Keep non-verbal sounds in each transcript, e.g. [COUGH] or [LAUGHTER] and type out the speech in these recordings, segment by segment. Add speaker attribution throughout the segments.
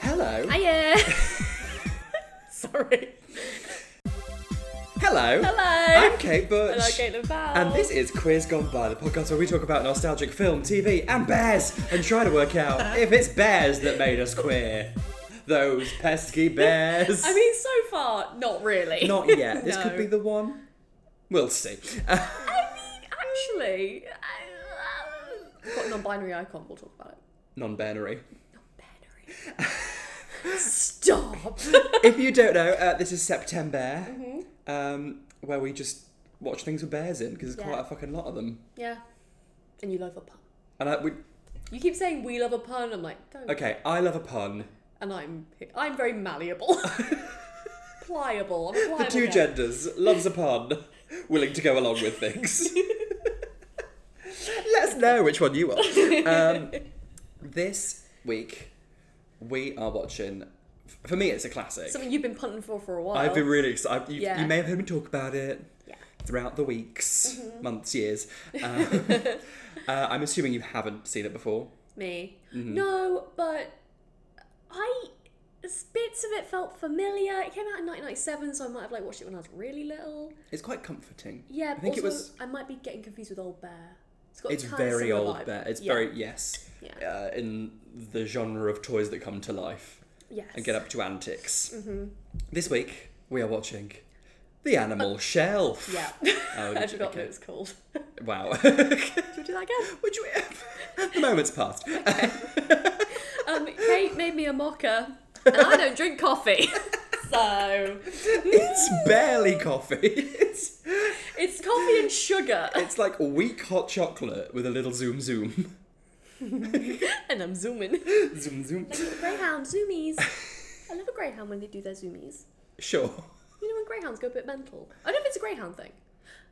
Speaker 1: Hello. [LAUGHS]
Speaker 2: Hiya. Sorry.
Speaker 1: Hello.
Speaker 2: Hello.
Speaker 1: I'm Kate Butch.
Speaker 2: Hello, Caitlin Bell.
Speaker 1: And this is Quiz Gone By, the podcast where we talk about nostalgic film, TV, and bears and try to work
Speaker 2: [LAUGHS]
Speaker 1: out if it's bears that made us queer. Those pesky bears.
Speaker 2: [LAUGHS] I mean, so far, not really.
Speaker 1: Not yet. This
Speaker 2: [LAUGHS] No.
Speaker 1: could be the one. We'll see. [LAUGHS] Uh,
Speaker 2: I mean, actually, I, I've got non-binary icon. We'll talk about it.
Speaker 1: non binary.
Speaker 2: Non-binary.
Speaker 1: [LAUGHS]
Speaker 2: Stop.
Speaker 1: If you don't know, uh, this is September,
Speaker 2: Mm-hmm.
Speaker 1: um, where we just watch things with bears in because there's
Speaker 2: Yeah.
Speaker 1: quite a fucking lot of them.
Speaker 2: yeah. And you love a pun.
Speaker 1: And I, we,
Speaker 2: You keep saying we love a pun. I'm like, don't.
Speaker 1: okay, I love a pun.
Speaker 2: And I'm I'm
Speaker 1: [LAUGHS]
Speaker 2: very malleable. pliable. I'm a pliable
Speaker 1: The two
Speaker 2: guy.
Speaker 1: genders, loves a pun, willing to go along with
Speaker 2: [LAUGHS]
Speaker 1: things. Let us know which one you are. Um, this week, we are watching. f- For me, it's a classic.
Speaker 2: Something you've been punting for for a while.
Speaker 1: I've been really excited. You,
Speaker 2: Yeah.
Speaker 1: you may have heard me talk about it
Speaker 2: Yeah.
Speaker 1: throughout the weeks,
Speaker 2: Mm-hmm.
Speaker 1: months,
Speaker 2: [LAUGHS]
Speaker 1: years. Um, uh, I'm assuming you haven't seen it before.
Speaker 2: me.
Speaker 1: Mm-hmm.
Speaker 2: No, but I s- bits of it felt familiar. It came out in 1997, so I might have like watched it when I was really little.
Speaker 1: It's quite comforting.
Speaker 2: Yeah,
Speaker 1: I think
Speaker 2: also,
Speaker 1: it was.
Speaker 2: I might be getting confused with Old Bear. It's got
Speaker 1: It's
Speaker 2: kind of
Speaker 1: very
Speaker 2: similar
Speaker 1: old,
Speaker 2: vibe.
Speaker 1: bear. It's
Speaker 2: Yeah.
Speaker 1: very yes,
Speaker 2: Yeah.
Speaker 1: uh, in the genre of toys that come to life.
Speaker 2: yes.
Speaker 1: and get up to antics.
Speaker 2: Mm-hmm.
Speaker 1: This week we are watching The Animal
Speaker 2: [LAUGHS]
Speaker 1: Shelf.
Speaker 2: Yeah,
Speaker 1: [LAUGHS] Oh,
Speaker 2: [LAUGHS] I
Speaker 1: did you-
Speaker 2: forgot what
Speaker 1: okay.
Speaker 2: it was called. Should
Speaker 1: Wow. [LAUGHS]
Speaker 2: we do that again?
Speaker 1: Which the moment's passed.
Speaker 2: Um, Kate made me a mocha, and I don't
Speaker 1: [LAUGHS]
Speaker 2: drink coffee, [LAUGHS] so [LAUGHS]
Speaker 1: It's barely coffee. It's
Speaker 2: it's coffee and sugar, [LAUGHS]
Speaker 1: it's like weak hot chocolate with a little zoom zoom. [LAUGHS]
Speaker 2: and I'm zooming.
Speaker 1: zoom zoom.
Speaker 2: Like little greyhound zoomies. I love a greyhound when they do their zoomies.
Speaker 1: Sure.
Speaker 2: You know when greyhounds go a bit mental? I don't know if it's a greyhound thing.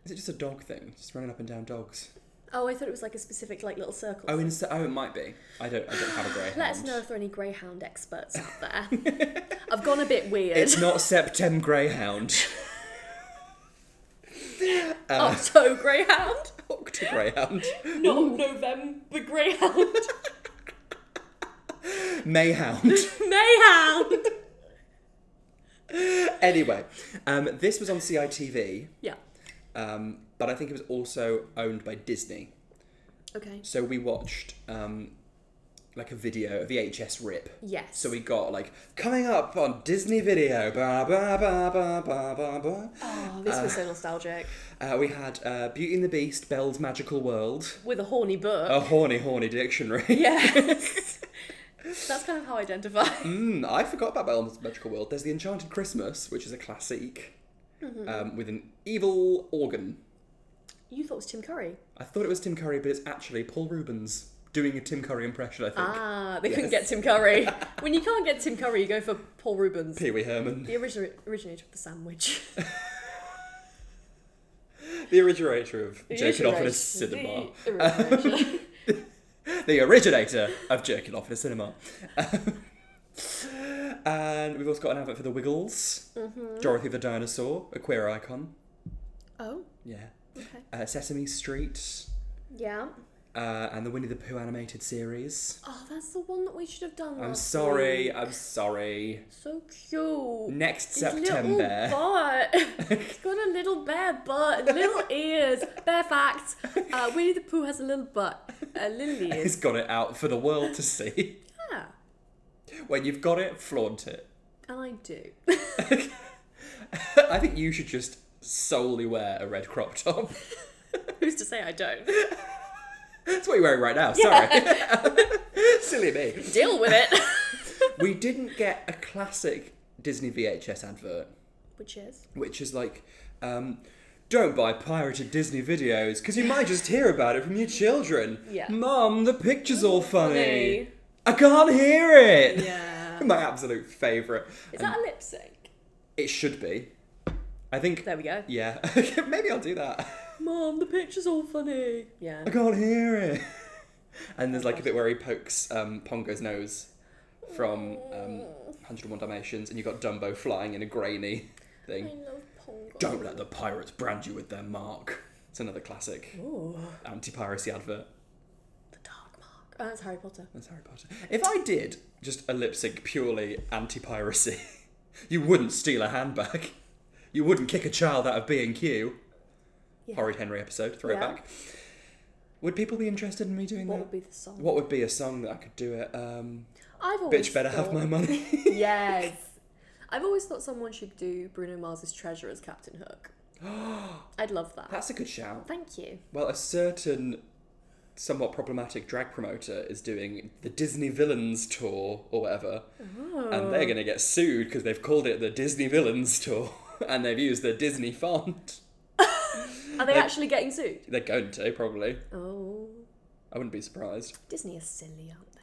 Speaker 1: Is it just a dog thing? Just running up and down dogs.
Speaker 2: Oh, I thought it was like a specific like little circle.
Speaker 1: Oh, in, oh, it might be. I don't. I don't have a greyhound.
Speaker 2: Let us know if there are any greyhound experts
Speaker 1: [LAUGHS]
Speaker 2: out there. I've gone a bit weird. [LAUGHS]
Speaker 1: It's not Septem Greyhound. [LAUGHS] Uh.
Speaker 2: Octo greyhound,
Speaker 1: Octo
Speaker 2: [LAUGHS]
Speaker 1: Greyhound.
Speaker 2: not November greyhound. [LAUGHS]
Speaker 1: Mayhound.
Speaker 2: Mayhound.
Speaker 1: Anyway, um, this was on CITV,
Speaker 2: Yeah.
Speaker 1: um, but I think it was also owned by Disney.
Speaker 2: Okay.
Speaker 1: So we watched um, like a video, a VHS rip.
Speaker 2: Yes.
Speaker 1: So we got like coming up on Disney Video. Ba, ba, ba, ba, ba, ba, ba.
Speaker 2: Oh, this was so nostalgic.
Speaker 1: Uh, we had uh, Beauty and the Beast, Belle's Magical World,
Speaker 2: With a horny book.
Speaker 1: a horny, horny dictionary. [LAUGHS]
Speaker 2: Yes. That's kind of how I identify.
Speaker 1: Mm, I forgot about Belle's Magical World. There's the Enchanted Christmas, which is a classic, um, with an evil organ.
Speaker 2: You thought it was Tim Curry.
Speaker 1: I thought it was Tim Curry, but it's actually Paul Rubens doing a Tim Curry impression, I think.
Speaker 2: Ah, they couldn't get
Speaker 1: Yes.
Speaker 2: Tim
Speaker 1: [LAUGHS]
Speaker 2: Curry. when you can't get Tim Curry, you go for Paul Rubens,
Speaker 1: Pee Wee Herman.
Speaker 2: the original originator of
Speaker 1: [LAUGHS]
Speaker 2: the sandwich.
Speaker 1: The originator of jerking off in
Speaker 2: Originator.
Speaker 1: a cinema. [LAUGHS]
Speaker 2: The originator.
Speaker 1: The originator of jerking off in a cinema. [LAUGHS] and we've also got an advert for the Wiggles,
Speaker 2: Mm-hmm.
Speaker 1: Dorothy the Dinosaur, a queer icon.
Speaker 2: oh,
Speaker 1: Yeah.
Speaker 2: okay.
Speaker 1: Uh, Sesame Street,
Speaker 2: Yeah.
Speaker 1: uh, and the Winnie the Pooh animated series.
Speaker 2: Oh, that's the one that we should have done.
Speaker 1: I'm
Speaker 2: last
Speaker 1: sorry,
Speaker 2: week.
Speaker 1: I'm sorry.
Speaker 2: So cute.
Speaker 1: Next
Speaker 2: His Little
Speaker 1: September.
Speaker 2: butt. He's got a little bare butt, little ears. Bare facts. Uh, Winnie the Pooh has a little butt, uh, little
Speaker 1: [LAUGHS] [LAUGHS]
Speaker 2: ears.
Speaker 1: He's got it out for the world to see.
Speaker 2: Yeah,
Speaker 1: when you've got it, flaunt it.
Speaker 2: and I
Speaker 1: [LAUGHS]
Speaker 2: do. [LAUGHS]
Speaker 1: I think you should just solely wear a red crop top. [LAUGHS]
Speaker 2: Who's to say I don't?
Speaker 1: That's what you're wearing right now. Sorry. [LAUGHS] Silly me.
Speaker 2: Deal with it.
Speaker 1: [LAUGHS] We didn't get a classic Disney VHS advert,
Speaker 2: Which is
Speaker 1: which is like, um, don't buy pirated Disney videos because you might just hear about it from your children.
Speaker 2: Yeah.
Speaker 1: Mum, the picture's all funny.
Speaker 2: funny.
Speaker 1: I can't hear it. [LAUGHS]
Speaker 2: yeah.
Speaker 1: My absolute favourite.
Speaker 2: [LAUGHS] Is
Speaker 1: And
Speaker 2: that a lip sync?
Speaker 1: it should be. I think.
Speaker 2: There we go.
Speaker 1: Yeah. [LAUGHS] Maybe I'll do that.
Speaker 2: Mom, the picture's all funny. Yeah.
Speaker 1: I can't hear it. [LAUGHS] And there's like a bit where he pokes um, Pongo's nose from um, 101 Dalmatians, and you've got Dumbo flying in a grainy
Speaker 2: I
Speaker 1: thing.
Speaker 2: love Pongo.
Speaker 1: Don't let the pirates brand you with their mark. It's another classic
Speaker 2: Ooh,
Speaker 1: anti piracy advert.
Speaker 2: the dark mark. Uh, it's Harry Potter.
Speaker 1: That's Harry Potter. If I did just a lip sync purely anti piracy, [LAUGHS] you wouldn't steal a handbag. You wouldn't kick a child out of B and Q.
Speaker 2: Yeah.
Speaker 1: Horrid Henry episode, throwback. Would people be interested in me doing
Speaker 2: What
Speaker 1: that?
Speaker 2: would be the song?
Speaker 1: What would be a song that I could do it? Um,
Speaker 2: I've always
Speaker 1: bitch, better have
Speaker 2: thought-
Speaker 1: my money.
Speaker 2: [LAUGHS] yes. I've always thought someone should do Bruno Mars's Treasure as Captain
Speaker 1: [GASPS]
Speaker 2: Hook. I'd love that.
Speaker 1: That's a good shout.
Speaker 2: Thank you.
Speaker 1: Well, a certain somewhat problematic drag promoter is doing the Disney Villains tour or whatever, and
Speaker 2: Oh.
Speaker 1: they're going to get sued because they've called it the Disney Villains tour [LAUGHS] and they've used the Disney font.
Speaker 2: Are they
Speaker 1: Uh,
Speaker 2: actually getting sued?
Speaker 1: They're going to probably.
Speaker 2: Oh,
Speaker 1: I wouldn't be surprised.
Speaker 2: Disney is silly, aren't they?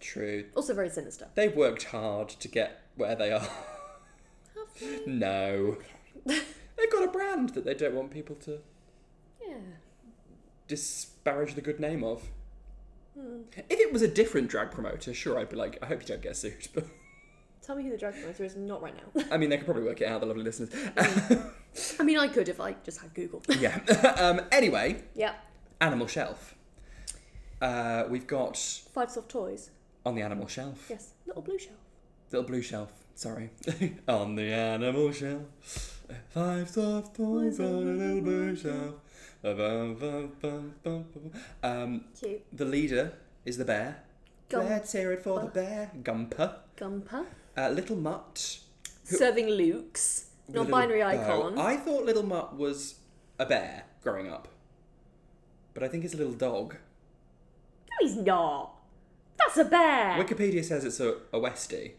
Speaker 1: True.
Speaker 2: Also
Speaker 1: [LAUGHS]
Speaker 2: very sinister.
Speaker 1: They've worked hard to get where they are. [LAUGHS]
Speaker 2: Have they?
Speaker 1: no. They've got a brand that they don't want people to
Speaker 2: yeah.
Speaker 1: disparage the good name of.
Speaker 2: Hmm.
Speaker 1: If it was a different drag promoter, sure, I'd be like, I hope you don't get sued. [LAUGHS] But
Speaker 2: Tell me who the drug promoter is. Not right now.
Speaker 1: I mean, they could probably work it out, the lovely listeners.
Speaker 2: I mean, I could if I just had Google.
Speaker 1: yeah. [LAUGHS] um, anyway,
Speaker 2: yeah.
Speaker 1: Animal Shelf. Uh, we've got
Speaker 2: Five soft toys.
Speaker 1: on the Animal Shelf,
Speaker 2: Yes. Little blue shell.
Speaker 1: little blue shelf. Sorry, [LAUGHS] on the Animal Shelf, five soft toys on a little blue shelf. Bum, bum, bum, bum, bum. Um,
Speaker 2: Cute.
Speaker 1: the leader is the bear.
Speaker 2: Gum-
Speaker 1: Let's hear it for the bear, Gumper.
Speaker 2: Gumper.
Speaker 1: Uh, Little Mutt. Who-
Speaker 2: Serving Luke's.
Speaker 1: Little
Speaker 2: Non-binary
Speaker 1: Bo.
Speaker 2: icon.
Speaker 1: I thought Little Mutt was a bear growing up, but I think it's a little dog.
Speaker 2: No, he's not. That's a bear.
Speaker 1: Wikipedia says it's a, a Westie,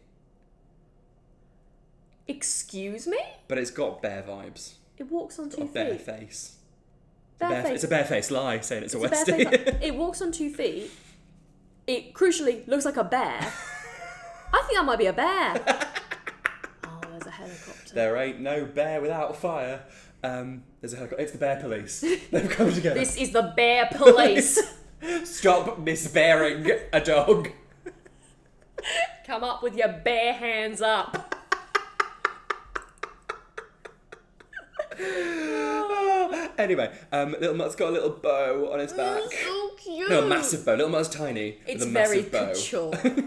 Speaker 2: Excuse me?
Speaker 1: but it's got bear vibes.
Speaker 2: It walks on two
Speaker 1: A
Speaker 2: feet.
Speaker 1: bare face.
Speaker 2: Bare
Speaker 1: Bare-
Speaker 2: face.
Speaker 1: It's a bare face lie saying it's, a
Speaker 2: It's a
Speaker 1: Westie.
Speaker 2: bare face. it walks on two feet. It crucially looks like a bear. I think that might be
Speaker 1: [LAUGHS]
Speaker 2: a bear. oh, there's a
Speaker 1: [LAUGHS]
Speaker 2: helicopter.
Speaker 1: there ain't no bear without fire. Um, there's a helicopter. It's the bear
Speaker 2: [LAUGHS]
Speaker 1: police. They've come together. [LAUGHS]
Speaker 2: This is the bear police.
Speaker 1: Stop misbearing a
Speaker 2: [LAUGHS]
Speaker 1: dog. [LAUGHS]
Speaker 2: Come up with your bare hands up.
Speaker 1: Ah. anyway, um, Little Mutt's got a little bow on his back.
Speaker 2: so cute.
Speaker 1: No, a massive bow. Little Mutt's tiny.
Speaker 2: It's
Speaker 1: with a
Speaker 2: very
Speaker 1: massive bow.
Speaker 2: couture.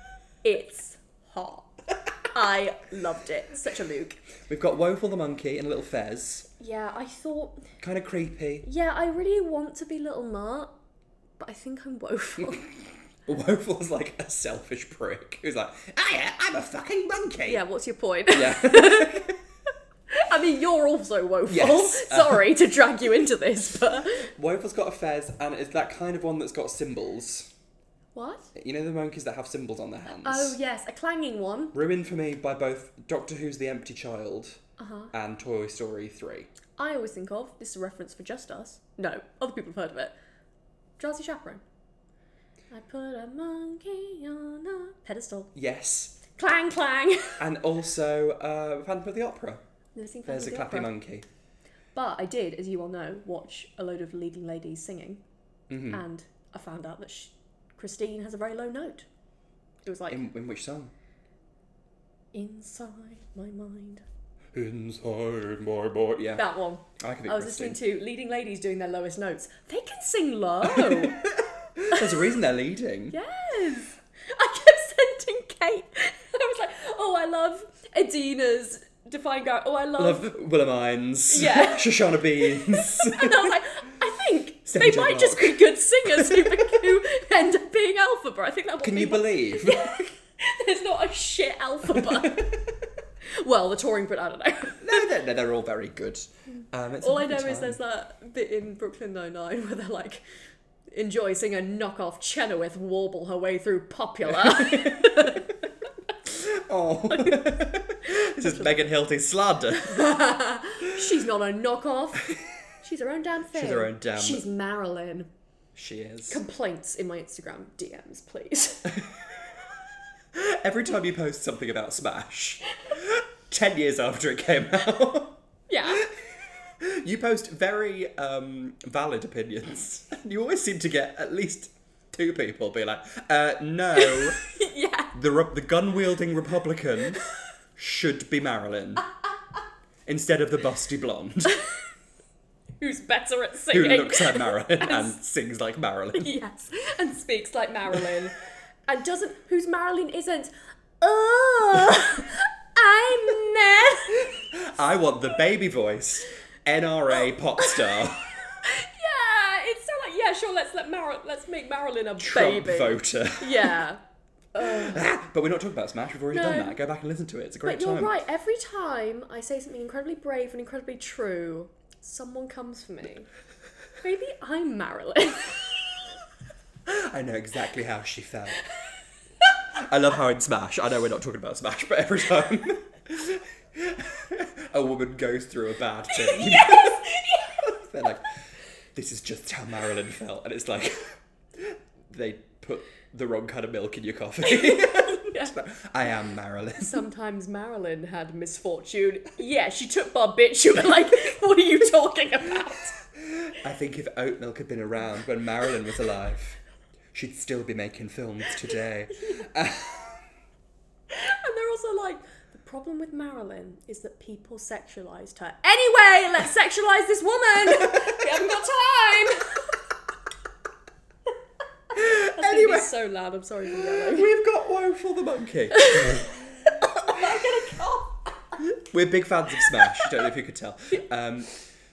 Speaker 1: [LAUGHS]
Speaker 2: it's hot. I loved it. Such a Luke.
Speaker 1: We've got Woeful the monkey and a little Fez.
Speaker 2: Yeah, I thought.
Speaker 1: Kind of creepy. [LAUGHS]
Speaker 2: Yeah, I really want to be Little Mart, but I think I'm
Speaker 1: [LAUGHS]
Speaker 2: woeful.
Speaker 1: Woeful's like a selfish prick who's like, "Ah, yeah, I'm a fucking monkey."
Speaker 2: yeah, what's your point? [LAUGHS]
Speaker 1: Yeah.
Speaker 2: I mean, you're also woeful.
Speaker 1: Yes. uh-huh.
Speaker 2: Sorry to drag you into this, but
Speaker 1: Woeful's got a fez, and it's that kind of one that's got symbols.
Speaker 2: [LAUGHS] what?
Speaker 1: You know the monkeys that have symbols on their hands.
Speaker 2: Oh yes, a clanging one.
Speaker 1: Ruined for me by both Doctor Who's The Empty Child
Speaker 2: Uh-huh.
Speaker 1: and Toy Story Three.
Speaker 2: I always think of this is a reference for just us. No, other people have heard of it. Jazzy Chaperone. I put a monkey on a pedestal.
Speaker 1: Yes,
Speaker 2: Clang clang. [LAUGHS]
Speaker 1: and also uh, Phantom of the Opera.
Speaker 2: Never seen
Speaker 1: There's a
Speaker 2: Phantom of
Speaker 1: clappy
Speaker 2: the Opera.
Speaker 1: monkey.
Speaker 2: But I did, as you all know, watch a load of leading ladies singing,
Speaker 1: Hmm. Mm-hmm.
Speaker 2: and I found out that sh Christine has a very low note. It was like
Speaker 1: In, in which song?
Speaker 2: inside my mind.
Speaker 1: Inside my body. Yeah,
Speaker 2: That one.
Speaker 1: I could be
Speaker 2: I was
Speaker 1: Christine.
Speaker 2: listening to leading ladies doing their lowest notes. They can sing
Speaker 1: [LAUGHS]
Speaker 2: low.
Speaker 1: There's a reason they're leading.
Speaker 2: yes. I kept sending Kate. [LAUGHS] I was like, oh, I love Adina's Define Gravity. Oh, I love.
Speaker 1: Love Willemines. [LAUGHS]
Speaker 2: Yeah.
Speaker 1: Shoshana
Speaker 2: [LAUGHS]
Speaker 1: Beans.
Speaker 2: And I was like, I
Speaker 1: [LAUGHS]
Speaker 2: think
Speaker 1: Stephanie
Speaker 2: they
Speaker 1: J.
Speaker 2: might just be good singers who, [LAUGHS] bec- who end up being alphabet. I think that would
Speaker 1: Can
Speaker 2: be.
Speaker 1: you believe?
Speaker 2: There's not a shit alphabet.
Speaker 1: [LAUGHS]
Speaker 2: well, the touring, but I don't know.
Speaker 1: no, they're, they're all very good. Um, it's a
Speaker 2: All I know
Speaker 1: lovely
Speaker 2: is
Speaker 1: time.
Speaker 2: there's that bit in Brooklyn Nine-Nine where they're like, enjoy seeing a knockoff Chenoweth warble her way through popular.
Speaker 1: [LAUGHS] Oh. [LAUGHS] this
Speaker 2: [LAUGHS]
Speaker 1: is Megan Hilty slander.
Speaker 2: She's not a knockoff. She's her own damn thing.
Speaker 1: She's her own damn-
Speaker 2: She's Marilyn.
Speaker 1: She is.
Speaker 2: Complaints in my Instagram
Speaker 1: [LAUGHS]
Speaker 2: DMs, please.
Speaker 1: Every time you post something about Smash, 10 years after it came out, [LAUGHS]
Speaker 2: yeah. [LAUGHS]
Speaker 1: you post very um, valid opinions. [LAUGHS] You always seem to get at least two people be like, uh, no,
Speaker 2: yeah.
Speaker 1: the, re- the gun wielding Republican should be Marilyn instead of the busty blonde.
Speaker 2: who's better at
Speaker 1: who
Speaker 2: singing.
Speaker 1: looks like
Speaker 2: [LAUGHS]
Speaker 1: Marilyn and sings like Marilyn.
Speaker 2: yes, and speaks like Marilyn, and doesn't. Who's Marilyn isn't? Oh, [LAUGHS] I'm Ned.
Speaker 1: I want the baby voice, NRA pop
Speaker 2: [LAUGHS]
Speaker 1: star,
Speaker 2: [LAUGHS] Yeah, it's so like yeah, sure. Let's let Mar- let's make Marilyn a
Speaker 1: Trump
Speaker 2: baby.
Speaker 1: voter. [LAUGHS]
Speaker 2: Yeah,
Speaker 1: but we're not talking about Smash. We've already done
Speaker 2: No.
Speaker 1: that. Go back and listen to it. It's a great
Speaker 2: but you're
Speaker 1: time.
Speaker 2: right. Every time I say something incredibly brave and incredibly true, someone comes for me. Maybe
Speaker 1: [LAUGHS]
Speaker 2: I'm Marilyn. [LAUGHS]
Speaker 1: I know exactly how she felt. I love how in Smash. I know we're not talking about Smash, but every time [LAUGHS] a woman goes through a
Speaker 2: [LAUGHS]
Speaker 1: bad thing, they're like, "This is just how Marilyn felt," and it's like they put the wrong kind of milk in your coffee. [LAUGHS] I am Marilyn.
Speaker 2: Sometimes Marilyn had misfortune. Yeah, she took barbiturate. Like, what are you talking about?
Speaker 1: I think if oat milk had been around when Marilyn was alive, she'd still be making films today.
Speaker 2: And they're also like, the problem with Marilyn is that people sexualized her. Anyway, let's sexualize this woman. [LAUGHS] we haven't got time. That's gonna be
Speaker 1: Anyway.
Speaker 2: so loud. I'm sorry for yelling.
Speaker 1: We've got Woeful the
Speaker 2: [LAUGHS]
Speaker 1: Monkey. We're big fans of Smash. Don't know if you could tell. Um,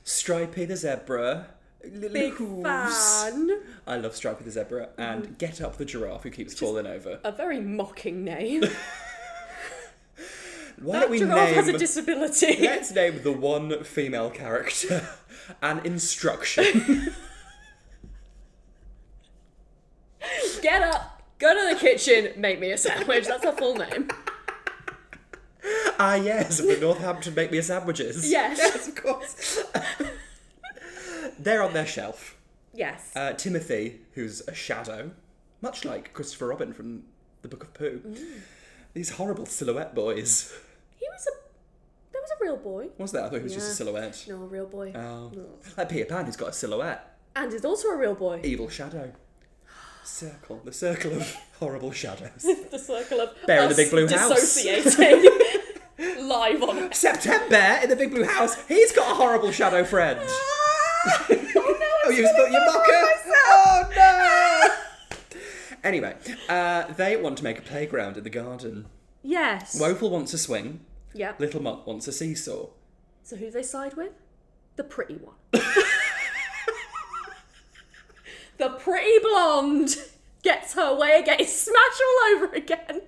Speaker 1: Stripey the Zebra. Little
Speaker 2: Big
Speaker 1: hooves.
Speaker 2: fan. Mm.
Speaker 1: I love Stripey the Zebra and Get Up the Giraffe who keeps falling over.
Speaker 2: A very mocking name.
Speaker 1: Why
Speaker 2: That
Speaker 1: don't [LAUGHS] we
Speaker 2: giraffe has a
Speaker 1: name...
Speaker 2: disability.
Speaker 1: Let's name the one female character [LAUGHS] an instruction.
Speaker 2: [LAUGHS] Get up, go to the kitchen, make me a sandwich. That's her full name.
Speaker 1: ah, yes, of the Northampton Make Me Sandwiches. [LAUGHS]
Speaker 2: Yes.
Speaker 1: Yes, of course. [LAUGHS] They're on their shelf.
Speaker 2: Yes.
Speaker 1: Uh, Timothy, who's a shadow, much like Christopher Robin from the Book of Pooh. These horrible silhouette boys.
Speaker 2: He was a. That was a real boy.
Speaker 1: What's that? I thought he was just a
Speaker 2: Yeah.
Speaker 1: silhouette.
Speaker 2: No, a real boy.
Speaker 1: Oh.
Speaker 2: No.
Speaker 1: Like Peter Pan, who's got a silhouette.
Speaker 2: And is also a
Speaker 1: [LAUGHS]
Speaker 2: real boy.
Speaker 1: Evil shadow. Circle. The circle of horrible [LAUGHS] shadows.
Speaker 2: the circle of
Speaker 1: Bear in the
Speaker 2: us
Speaker 1: Big Blue House.
Speaker 2: dissociating [LAUGHS] live on.
Speaker 1: September in the Big Blue House, he's got a horrible shadow friend. [LAUGHS] oh, you thought you mocker? [LAUGHS] Oh, no! anyway, uh, they want to make a playground in the garden.
Speaker 2: Yes.
Speaker 1: Woeful wants a swing.
Speaker 2: Yep.
Speaker 1: Little Mutt wants a seesaw.
Speaker 2: So who do they side with? The pretty one. the pretty blonde gets her way again. [LAUGHS] It's smash all over again.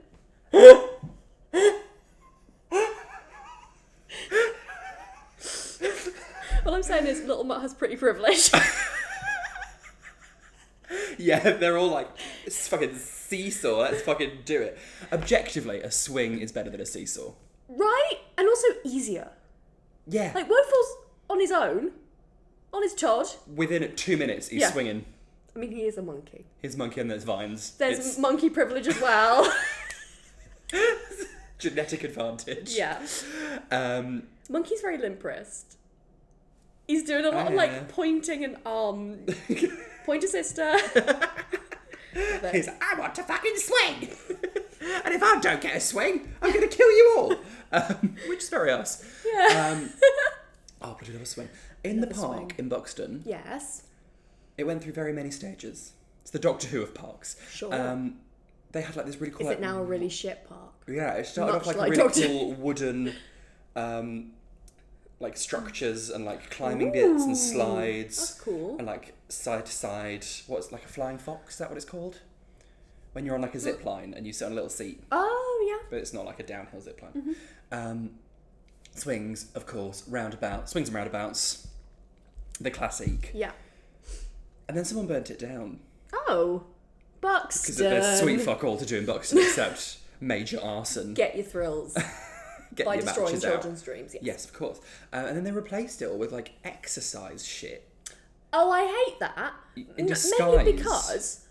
Speaker 2: All I'm saying is, Little Mutt has pretty privilege.
Speaker 1: [LAUGHS] Yeah, they're all like, it's fucking seesaw, let's fucking do it. Objectively, a swing is better than a seesaw.
Speaker 2: right? And also easier.
Speaker 1: Yeah.
Speaker 2: Like, Woeful's on his own, on his Todd.
Speaker 1: Within two minutes, he's
Speaker 2: Yeah.
Speaker 1: swinging
Speaker 2: I mean, he is a monkey.
Speaker 1: his monkey and there's vines.
Speaker 2: There's
Speaker 1: It's
Speaker 2: monkey privilege as well.
Speaker 1: [LAUGHS] genetic advantage.
Speaker 2: yeah. [LAUGHS]
Speaker 1: Um,
Speaker 2: Monkey's very limp wrist. He's doing a lot of
Speaker 1: Oh, yeah.
Speaker 2: like pointing and
Speaker 1: [LAUGHS]
Speaker 2: arm. Point a sister.
Speaker 1: Um, He's like, I want to fucking swing! [LAUGHS] and if I don't get a swing, I'm gonna kill you all! [LAUGHS] Um, which is very us.
Speaker 2: [LAUGHS] Yeah.
Speaker 1: Um, oh, but I love a swing. In the
Speaker 2: Love a
Speaker 1: park
Speaker 2: swing.
Speaker 1: in Buxton,
Speaker 2: [LAUGHS] yes.
Speaker 1: it went through very many stages. It's the Doctor Who of parks.
Speaker 2: Sure.
Speaker 1: Um, they had like this really cool.
Speaker 2: Is
Speaker 1: like,
Speaker 2: it now a really shit park?
Speaker 1: Yeah, it started off like,
Speaker 2: Much like
Speaker 1: a really
Speaker 2: Doctor-
Speaker 1: cool wooden, um, like structures and like climbing bits and slides.
Speaker 2: that's cool.
Speaker 1: And like side to side, what's like a flying fox? Is that what it's called? When you're on like a
Speaker 2: Mm.
Speaker 1: zip line and you sit on a little seat,
Speaker 2: Oh yeah.
Speaker 1: but it's not like a downhill zip line.
Speaker 2: Mm-hmm.
Speaker 1: Um, swings, of course, roundabouts, swings and roundabouts, the classic.
Speaker 2: Yeah.
Speaker 1: And then someone burnt it down
Speaker 2: Oh.
Speaker 1: because
Speaker 2: Buxton.
Speaker 1: there's sweet fuck all to do in
Speaker 2: [LAUGHS]
Speaker 1: Buxton except major arson.
Speaker 2: Get your thrills
Speaker 1: Get
Speaker 2: by
Speaker 1: [LAUGHS] your
Speaker 2: destroying
Speaker 1: matches out.
Speaker 2: children's dreams. Yeah.
Speaker 1: Yes, of course. Uh, and then they replaced it all with like exercise shit.
Speaker 2: Oh, I hate that.
Speaker 1: In
Speaker 2: N-
Speaker 1: disguise.
Speaker 2: Mainly because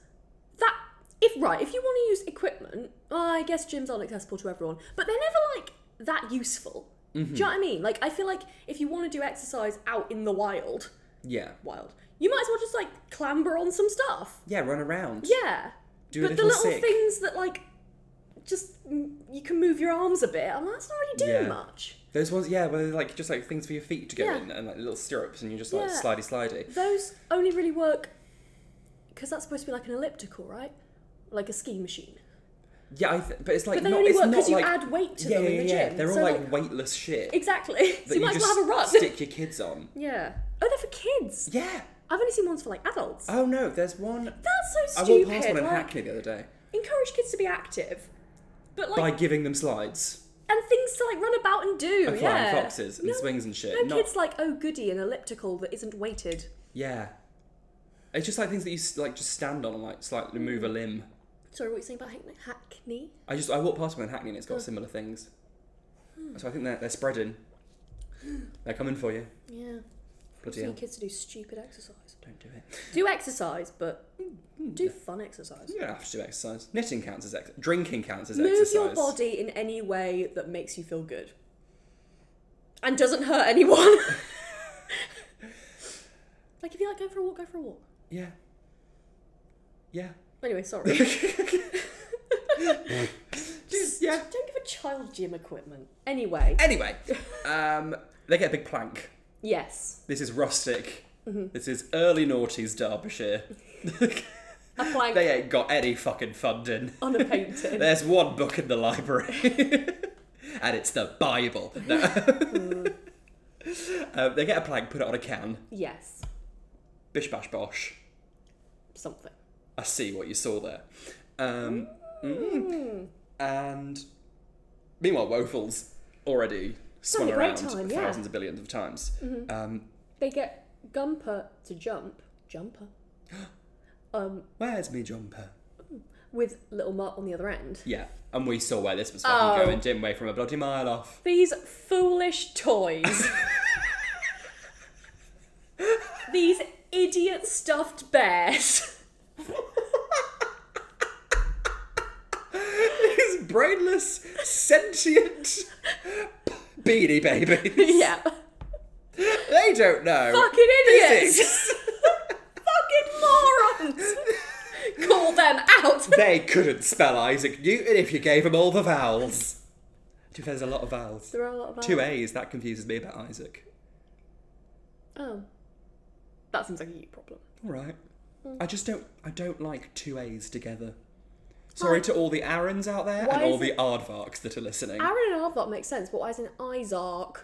Speaker 2: that if right, if you want to use equipment, well, I guess gyms aren't accessible to everyone, but they're never like that useful.
Speaker 1: Mm-hmm.
Speaker 2: Do you know what I mean? Like I feel like if you want to do exercise out in the wild,
Speaker 1: Yeah.
Speaker 2: wild, you might as well just like clamber on some stuff.
Speaker 1: Yeah, run around.
Speaker 2: Yeah.
Speaker 1: Do a
Speaker 2: but the
Speaker 1: little
Speaker 2: little
Speaker 1: sick.
Speaker 2: things that like just mm, you can move your arms a bit. I'm like, that's not really doing
Speaker 1: Yeah.
Speaker 2: much.
Speaker 1: Those ones, yeah, where they're like just like things for your feet to go
Speaker 2: Yeah.
Speaker 1: in and like little stirrups, and you're just like
Speaker 2: Yeah.
Speaker 1: slidey slidey.
Speaker 2: Those only really work because that's supposed to be like an elliptical, right? Like a ski machine.
Speaker 1: Yeah, I th- but it's like
Speaker 2: But they
Speaker 1: not,
Speaker 2: only
Speaker 1: it's
Speaker 2: work
Speaker 1: not
Speaker 2: because you
Speaker 1: like
Speaker 2: add weight to
Speaker 1: yeah,
Speaker 2: them
Speaker 1: yeah,
Speaker 2: in the
Speaker 1: yeah.
Speaker 2: gym.
Speaker 1: They're all
Speaker 2: so
Speaker 1: like,
Speaker 2: like
Speaker 1: weightless shit
Speaker 2: exactly. [LAUGHS]
Speaker 1: that
Speaker 2: so you might as
Speaker 1: just
Speaker 2: well have a run.
Speaker 1: stick your kids on.
Speaker 2: [LAUGHS] yeah. Oh, they're for kids.
Speaker 1: Yeah.
Speaker 2: I've only seen ones for like adults.
Speaker 1: Oh no, there's one.
Speaker 2: that's so
Speaker 1: I
Speaker 2: stupid.
Speaker 1: walked past one in
Speaker 2: like,
Speaker 1: Hackney the other day
Speaker 2: encourage kids to be active, but like
Speaker 1: by giving them slides
Speaker 2: and things to like run about and do.
Speaker 1: and flying
Speaker 2: Oh, yeah.
Speaker 1: foxes and
Speaker 2: no,
Speaker 1: swings and shit.
Speaker 2: No
Speaker 1: Not
Speaker 2: kids like oh goody an elliptical that isn't weighted.
Speaker 1: yeah. It's just like things that you s- like just stand on and like slightly move a
Speaker 2: Hmm.
Speaker 1: limb.
Speaker 2: Sorry, what were you saying about Hackney? Hackney?
Speaker 1: I just I walked past one in Hackney and
Speaker 2: Hmm.
Speaker 1: it's got similar things. So I think they're, they're spreading.
Speaker 2: Hmm.
Speaker 1: They're coming for you.
Speaker 2: Yeah.
Speaker 1: Bloody
Speaker 2: Teaching
Speaker 1: hell.
Speaker 2: kids to do stupid exercise.
Speaker 1: Don't do it. Hmm.
Speaker 2: Do exercise, but Hmm. do fun exercise.
Speaker 1: You don't have to do exercise. Knitting counts as exercise. Drinking counts as
Speaker 2: Move
Speaker 1: exercise.
Speaker 2: your body in any way that makes you feel good and doesn't
Speaker 1: [LAUGHS]
Speaker 2: hurt anyone. like if you like going for a walk, go for a walk.
Speaker 1: Yeah. Yeah.
Speaker 2: Anyway, sorry.
Speaker 1: Just- [LAUGHS] yeah.
Speaker 2: Don't give a child gym equipment. Anyway, [LAUGHS]
Speaker 1: Anyway, um, they get a big plank.
Speaker 2: yes,
Speaker 1: This is rustic.
Speaker 2: Mm-hmm.
Speaker 1: This is early noughties Derbyshire.
Speaker 2: [LAUGHS] a plank
Speaker 1: They ain't got any fucking funding.
Speaker 2: on a painting.
Speaker 1: There's one book in the library, [LAUGHS] and it's the Bible. [LAUGHS] No.
Speaker 2: Hmm.
Speaker 1: um, they get a plank, put it on a can.
Speaker 2: yes,
Speaker 1: Bish bash bosh.
Speaker 2: something.
Speaker 1: I see what you saw there. Um,
Speaker 2: Hmm.
Speaker 1: mm. And meanwhile, Woeful's already swung
Speaker 2: Having a
Speaker 1: around
Speaker 2: great time, yeah. Mm-hmm.
Speaker 1: thousands of billions of times. Um,
Speaker 2: They get Gumper to jump, jumper, um,
Speaker 1: where's me jumper?
Speaker 2: with little Mutt on the other end.
Speaker 1: Yeah, and we saw where this was fucking
Speaker 2: Oh.
Speaker 1: going, didn't we? From a bloody mile off. [LAUGHS]
Speaker 2: These foolish toys. These idiot stuffed bears. [LAUGHS]
Speaker 1: His brainless,
Speaker 2: [LAUGHS]
Speaker 1: sentient beanie baby.
Speaker 2: yeah.
Speaker 1: They don't know.
Speaker 2: Fucking idiots.
Speaker 1: physics.
Speaker 2: Fucking morons. Call them out.
Speaker 1: they couldn't spell Isaac Newton if you gave them all the vowels. To be fair, there's a lot of vowels.
Speaker 2: There are a lot of
Speaker 1: Two A's, that confuses me about Isaac.
Speaker 2: Oh. That seems like a you problem.
Speaker 1: Alright. I just don't I don't like two A's together. Sorry to all the Aarons out there
Speaker 2: Why
Speaker 1: and all
Speaker 2: is
Speaker 1: the
Speaker 2: it-
Speaker 1: Aardvarks that are listening.
Speaker 2: Aaron and Arvot makes sense, but why isn't Isaac?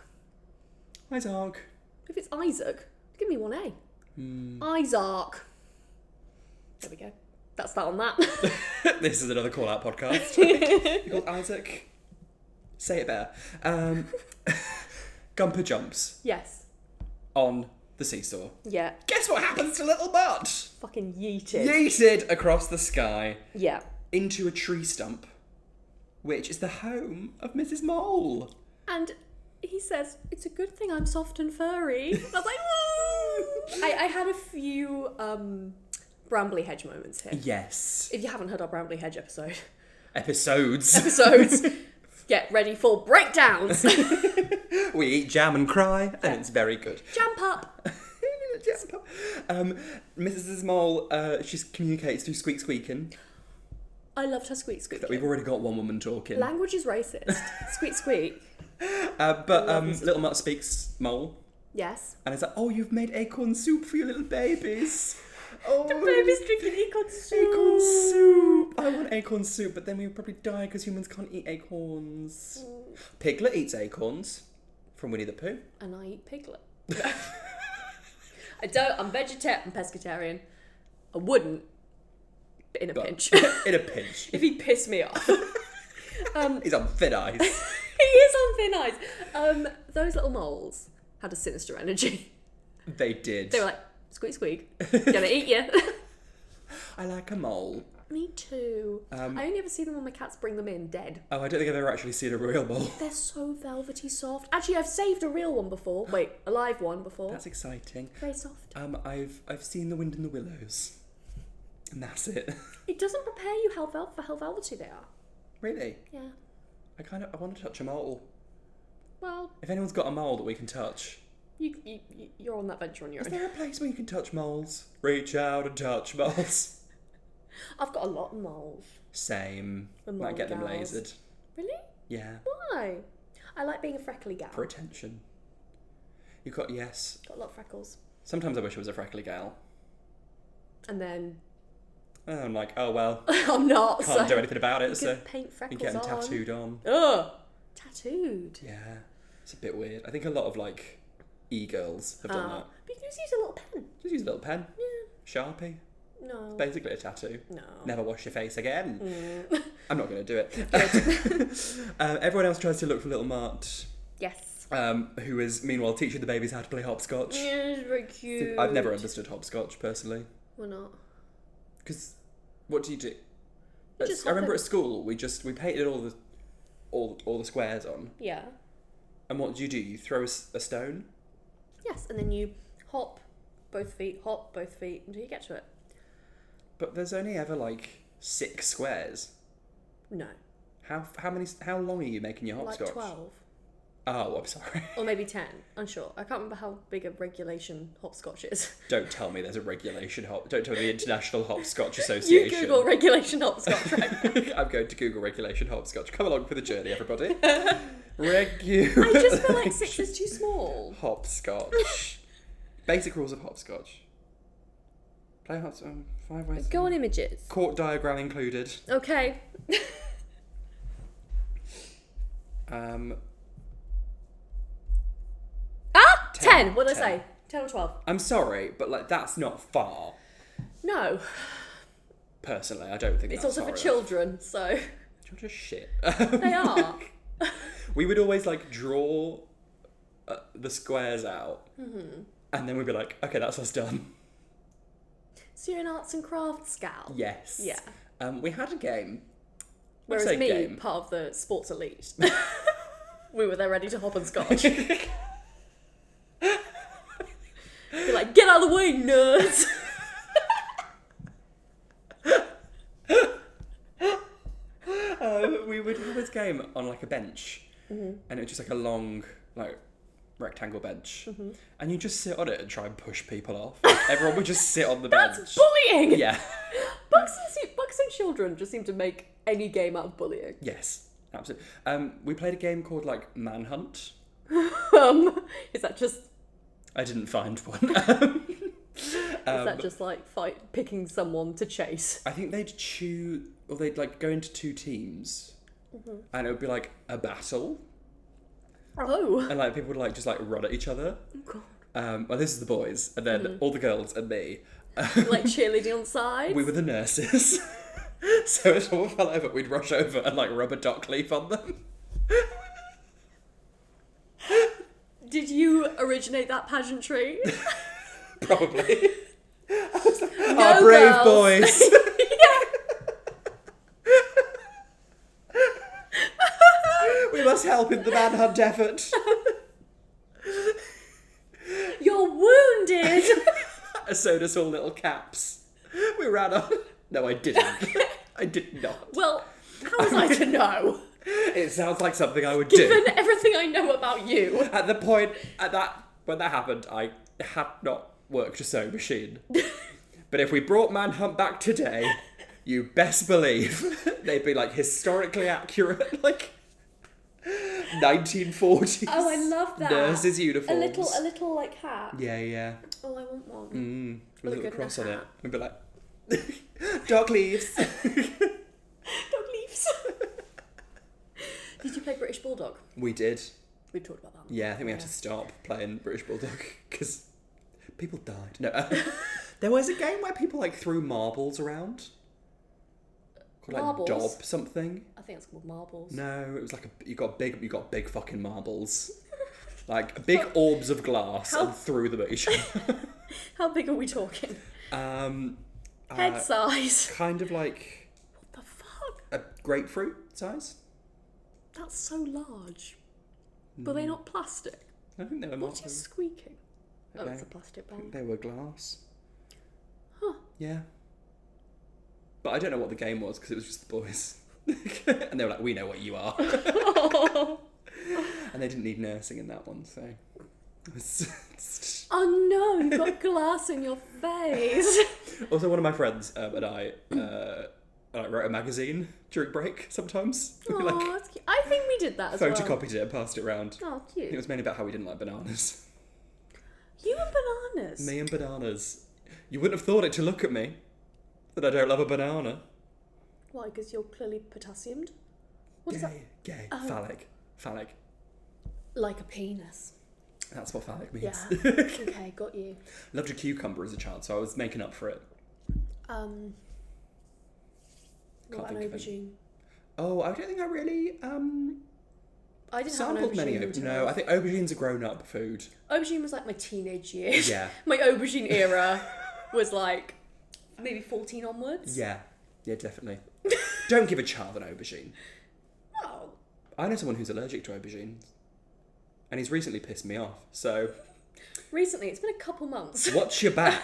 Speaker 1: Isaac.
Speaker 2: If it's Isaac, give me one A. Hmm. Isaac. There we go. That's that on that.
Speaker 1: [LAUGHS]
Speaker 2: [LAUGHS]
Speaker 1: this is another call out podcast. you called Isaac? Say it better. Um, [LAUGHS] Gumper jumps
Speaker 2: yes.
Speaker 1: on the seesaw.
Speaker 2: Yeah.
Speaker 1: Guess what happens to little Bart?
Speaker 2: Fucking yeeted.
Speaker 1: Yeeted across the sky
Speaker 2: yeah.
Speaker 1: into a tree stump, which is the home of Mrs. Mole.
Speaker 2: And he says, It's a good thing I'm soft and furry. I was like, "Woo!" I, I had a few um, Brambly Hedge moments here.
Speaker 1: Yes.
Speaker 2: If you haven't heard our Brambly Hedge episode,
Speaker 1: Episodes.
Speaker 2: [LAUGHS] episodes, get ready
Speaker 1: [LAUGHS]
Speaker 2: for breakdowns.
Speaker 1: we eat jam and cry, and it's very good.
Speaker 2: Jump up.
Speaker 1: um, Mrs. Mole, uh, she communicates through squeak squeaking.
Speaker 2: I loved her squeak squeak.
Speaker 1: We've already got one woman talking.
Speaker 2: Language is racist. squeak squeak.
Speaker 1: Uh, but um, Little Mutt speaks mole, [LAUGHS]
Speaker 2: Yes.
Speaker 1: and it's like, oh, you've made acorn soup for your little babies. Oh,
Speaker 2: The baby's drinking acorn soup.
Speaker 1: acorn soup. I want acorn soup, but then we would probably die because humans can't eat acorns. Piglet eats acorns from Winnie the Pooh. [COUGHS]
Speaker 2: And I eat piglet. I don't. I'm vegetarian. I'm pescatarian. I wouldn't. But in a
Speaker 1: But [LAUGHS]
Speaker 2: pinch.
Speaker 1: in a pinch,
Speaker 2: if he pissed
Speaker 1: [LAUGHS]
Speaker 2: me off. um,
Speaker 1: he's on thin [LAUGHS] ice.
Speaker 2: he is on thin ice. Um, those little moles had a sinister energy.
Speaker 1: they did.
Speaker 2: They were like, squeak, squeak, gonna
Speaker 1: [LAUGHS]
Speaker 2: eat you.
Speaker 1: I like a mole.
Speaker 2: [LAUGHS] me too.
Speaker 1: Um,
Speaker 2: I only ever see them when my cats bring them in dead.
Speaker 1: Oh, I don't think I've ever actually seen a real [LAUGHS] mole.
Speaker 2: They're so velvety soft. Actually, I've saved a real one before. Wait, a live one before.
Speaker 1: That's exciting.
Speaker 2: Very soft.
Speaker 1: Um, I've I've seen the wind in the willows, and that's it. [LAUGHS]
Speaker 2: It doesn't prepare you how vel- for how velvety they are.
Speaker 1: really,
Speaker 2: Yeah.
Speaker 1: I kind of I want to touch a mole.
Speaker 2: Well,
Speaker 1: If anyone's got a mole that we can touch,
Speaker 2: you, you, you- you're on that venture on your
Speaker 1: is
Speaker 2: own.
Speaker 1: there a place where you can touch moles? Reach out and touch moles.
Speaker 2: I've got a lot of moles.
Speaker 1: Same.
Speaker 2: The
Speaker 1: Might get them
Speaker 2: moles.
Speaker 1: lasered.
Speaker 2: Really?
Speaker 1: Yeah.
Speaker 2: Why? I like being a freckly gal.
Speaker 1: For attention. You got yes.
Speaker 2: Got a lot of freckles.
Speaker 1: Sometimes I wish I was a freckly gal.
Speaker 2: And then [LAUGHS]
Speaker 1: And I'm like, oh well,
Speaker 2: I'm not.
Speaker 1: can't
Speaker 2: so
Speaker 1: do anything about
Speaker 2: you
Speaker 1: it, so
Speaker 2: could paint
Speaker 1: you
Speaker 2: freckles
Speaker 1: get them
Speaker 2: on.
Speaker 1: tattooed on.
Speaker 2: Ugh. Tattooed.
Speaker 1: Yeah. It's a bit weird. I think a lot of like e girls have done
Speaker 2: Ah.
Speaker 1: that.
Speaker 2: But you can just use a little pen.
Speaker 1: Just use a little pen,
Speaker 2: Yeah.
Speaker 1: sharpie,
Speaker 2: No.
Speaker 1: basically a tattoo.
Speaker 2: no.
Speaker 1: Never wash your face again.
Speaker 2: Oh. Mm. [LAUGHS]
Speaker 1: I'm not going to do it. [LAUGHS] um, everyone else tries to look for Little Mart,
Speaker 2: yes.
Speaker 1: um, who is meanwhile teaching the babies how to play hopscotch.
Speaker 2: Yeah, it's very cute.
Speaker 1: I've never understood hopscotch personally,
Speaker 2: Why not?
Speaker 1: because what do you do?
Speaker 2: You
Speaker 1: At-
Speaker 2: just
Speaker 1: I
Speaker 2: hop
Speaker 1: remember
Speaker 2: in.
Speaker 1: at school we just we painted all the all all the squares on,
Speaker 2: Yeah.
Speaker 1: and what do you do? You throw a, s- a stone.
Speaker 2: Yes, and then you hop both feet, hop both feet until you get to it.
Speaker 1: But there's only ever like six squares.
Speaker 2: No.
Speaker 1: How how many how long are you making your hopscotch?
Speaker 2: Like 12.
Speaker 1: Oh, I'm sorry. [LAUGHS]
Speaker 2: Or maybe 10. Unsure. I can't remember how big a regulation hopscotch is.
Speaker 1: Don't tell me there's a regulation hop. Don't tell me the International Hopscotch
Speaker 2: [LAUGHS] you
Speaker 1: Association.
Speaker 2: Google regulation hopscotch, right?
Speaker 1: [LAUGHS] I'm going to Google regulation hopscotch. Come along for the journey,
Speaker 2: [LAUGHS]
Speaker 1: everybody.
Speaker 2: I
Speaker 1: Regulation
Speaker 2: just feel like six is too small.
Speaker 1: hopscotch. [LAUGHS] Basic rules of hopscotch. Play hopscotch five ways.
Speaker 2: Go on images.
Speaker 1: Court diagram included.
Speaker 2: Okay.
Speaker 1: Um,
Speaker 2: Ah! 10.
Speaker 1: Ten.
Speaker 2: What did I
Speaker 1: Ten.
Speaker 2: say? 10 or 12.
Speaker 1: I'm sorry, but like that's not far.
Speaker 2: No.
Speaker 1: Personally, I don't think
Speaker 2: It's
Speaker 1: that's
Speaker 2: also for
Speaker 1: far enough.
Speaker 2: children,
Speaker 1: [LAUGHS]
Speaker 2: so.
Speaker 1: Children are shit. [LAUGHS]
Speaker 2: They are.
Speaker 1: we would always like draw uh, the squares out,
Speaker 2: Mm-hmm.
Speaker 1: and then we'd be like, okay, that's us done. [LAUGHS]
Speaker 2: So you're an arts and crafts gal.
Speaker 1: Yes.
Speaker 2: Yeah.
Speaker 1: Um, we had a game. I'd
Speaker 2: Whereas
Speaker 1: say
Speaker 2: me,
Speaker 1: game.
Speaker 2: part of the sports elite, [LAUGHS] we were there ready to hop and scotch. Be like, get out of the way, nerds! [LAUGHS]
Speaker 1: Um, we would have this game on like a bench, and it was just like a long, like rectangle bench, and you just sit on it and try and push people off. Like, everyone would just sit on the bench.
Speaker 2: That's bullying!
Speaker 1: yeah.
Speaker 2: Bucks, and, se- Bucks and children just seem to make any game out of bullying. [LAUGHS]
Speaker 1: Yes. Absolutely. Um, we played a game called like Manhunt.
Speaker 2: Um, is that just is
Speaker 1: I didn't find [LAUGHS] one. Um,
Speaker 2: that just like fight picking someone to chase?
Speaker 1: I think they'd choose, or they'd like go into two teams, and it would be like a battle,
Speaker 2: Oh,
Speaker 1: and like people would like just like run at each other.
Speaker 2: God.
Speaker 1: Um, well, this is the boys, and then all the girls and me.
Speaker 2: like cheerleading on the side.
Speaker 1: We were the nurses, [LAUGHS] so if someone fell over, we'd rush over and like rub a dock leaf on them. [LAUGHS]
Speaker 2: Did you originate that pageantry?
Speaker 1: Probably
Speaker 2: no
Speaker 1: our "Ah, brave
Speaker 2: girls. [LAUGHS]
Speaker 1: boys. we must help in the manhunt effort.
Speaker 2: You're
Speaker 1: [LAUGHS]
Speaker 2: wounded.
Speaker 1: sewed us all little caps. We ran on. No, I
Speaker 2: [LAUGHS]
Speaker 1: didn't. I did not.
Speaker 2: well, how was I to know?
Speaker 1: It sounds like something I would do.
Speaker 2: Given everything I know about you.
Speaker 1: At the point at that when that happened, I had not worked a sewing
Speaker 2: [LAUGHS]
Speaker 1: machine. but if we brought Manhunt back today, you best believe [LAUGHS] they'd be like historically accurate, [LAUGHS] like 1940s.
Speaker 2: Oh, I love that.
Speaker 1: Nurses' uniforms.
Speaker 2: little like hat.
Speaker 1: yeah, yeah.
Speaker 2: Oh, I want one. [LAUGHS]
Speaker 1: Mm, with a
Speaker 2: Look
Speaker 1: little
Speaker 2: good in a
Speaker 1: cross on it.
Speaker 2: hat.
Speaker 1: We'd be like, [LAUGHS] dark
Speaker 2: [LAUGHS]
Speaker 1: leaves.
Speaker 2: Dog leaves. [LAUGHS] Did you play British Bulldog?
Speaker 1: we did.
Speaker 2: We've talked about that.
Speaker 1: Yeah, I think we had
Speaker 2: Yeah.
Speaker 1: to stop playing British Bulldog [LAUGHS] because people died.
Speaker 2: [LAUGHS]
Speaker 1: No, uh, there was a game where people like threw marbles around. Called, like
Speaker 2: Marbles?
Speaker 1: Dob something.
Speaker 2: I think it's called Marbles.
Speaker 1: No, it was like a, you got big you got big fucking marbles, like big
Speaker 2: [LAUGHS]
Speaker 1: orbs of glass,
Speaker 2: How-
Speaker 1: and threw them at each
Speaker 2: [LAUGHS]
Speaker 1: other.
Speaker 2: How big are we talking?
Speaker 1: um, uh,
Speaker 2: Head size. [LAUGHS]
Speaker 1: kind of like
Speaker 2: What the fuck?
Speaker 1: a grapefruit size.
Speaker 2: That's so large. Were they not plastic?
Speaker 1: I think they were
Speaker 2: What is
Speaker 1: Mm. marbles.
Speaker 2: squeaking? Oh,
Speaker 1: Okay.
Speaker 2: it's a plastic
Speaker 1: I think [LAUGHS]
Speaker 2: bag. [LAUGHS]
Speaker 1: they were glass.
Speaker 2: Huh.
Speaker 1: Yeah. But I don't know what the game was because it was just the boys. [LAUGHS] and they were like,
Speaker 2: [LAUGHS]
Speaker 1: we know what you are. and they didn't need nursing in that one, so [LAUGHS]
Speaker 2: Oh no, you've got glass in your face.
Speaker 1: also, one of my friends um, and I uh, uh, wrote a magazine during break sometimes. [LAUGHS] We, [LAUGHS]
Speaker 2: Aw,
Speaker 1: like
Speaker 2: that's cute. I think we did that as well.
Speaker 1: photocopied it and passed it around.
Speaker 2: Oh,
Speaker 1: It
Speaker 2: cute.
Speaker 1: was mainly about how we didn't like bananas.
Speaker 2: You and
Speaker 1: [LAUGHS]
Speaker 2: bananas.
Speaker 1: Me and bananas. You wouldn't have thought it to look at me that I don't love a banana.
Speaker 2: Why? Because you're clearly potassiumed. What
Speaker 1: Gay,
Speaker 2: is that?
Speaker 1: gay,
Speaker 2: Oh.
Speaker 1: phallic, phallic.
Speaker 2: Like a penis.
Speaker 1: That's what phallic
Speaker 2: Yeah.
Speaker 1: means. [LAUGHS]
Speaker 2: okay, got you.
Speaker 1: Loved a cucumber as a child, so I was making up for it.
Speaker 2: Um.
Speaker 1: Can't
Speaker 2: What an
Speaker 1: think of any.
Speaker 2: aubergine.
Speaker 1: Oh, I don't think I really um,
Speaker 2: I didn't have an
Speaker 1: sampled
Speaker 2: aubergine.
Speaker 1: many. Au-
Speaker 2: until-
Speaker 1: no, I think aubergine's a grown-up food.
Speaker 2: aubergine was like my teenage years. [LAUGHS]
Speaker 1: Yeah,
Speaker 2: my aubergine era was like maybe 14 onwards.
Speaker 1: yeah, yeah, definitely. don't give a child an aubergine.
Speaker 2: Oh,
Speaker 1: I know someone who's allergic to aubergines, and he's recently pissed me off. So
Speaker 2: recently, it's been a
Speaker 1: [LAUGHS]
Speaker 2: couple months. [LAUGHS]
Speaker 1: watch your back.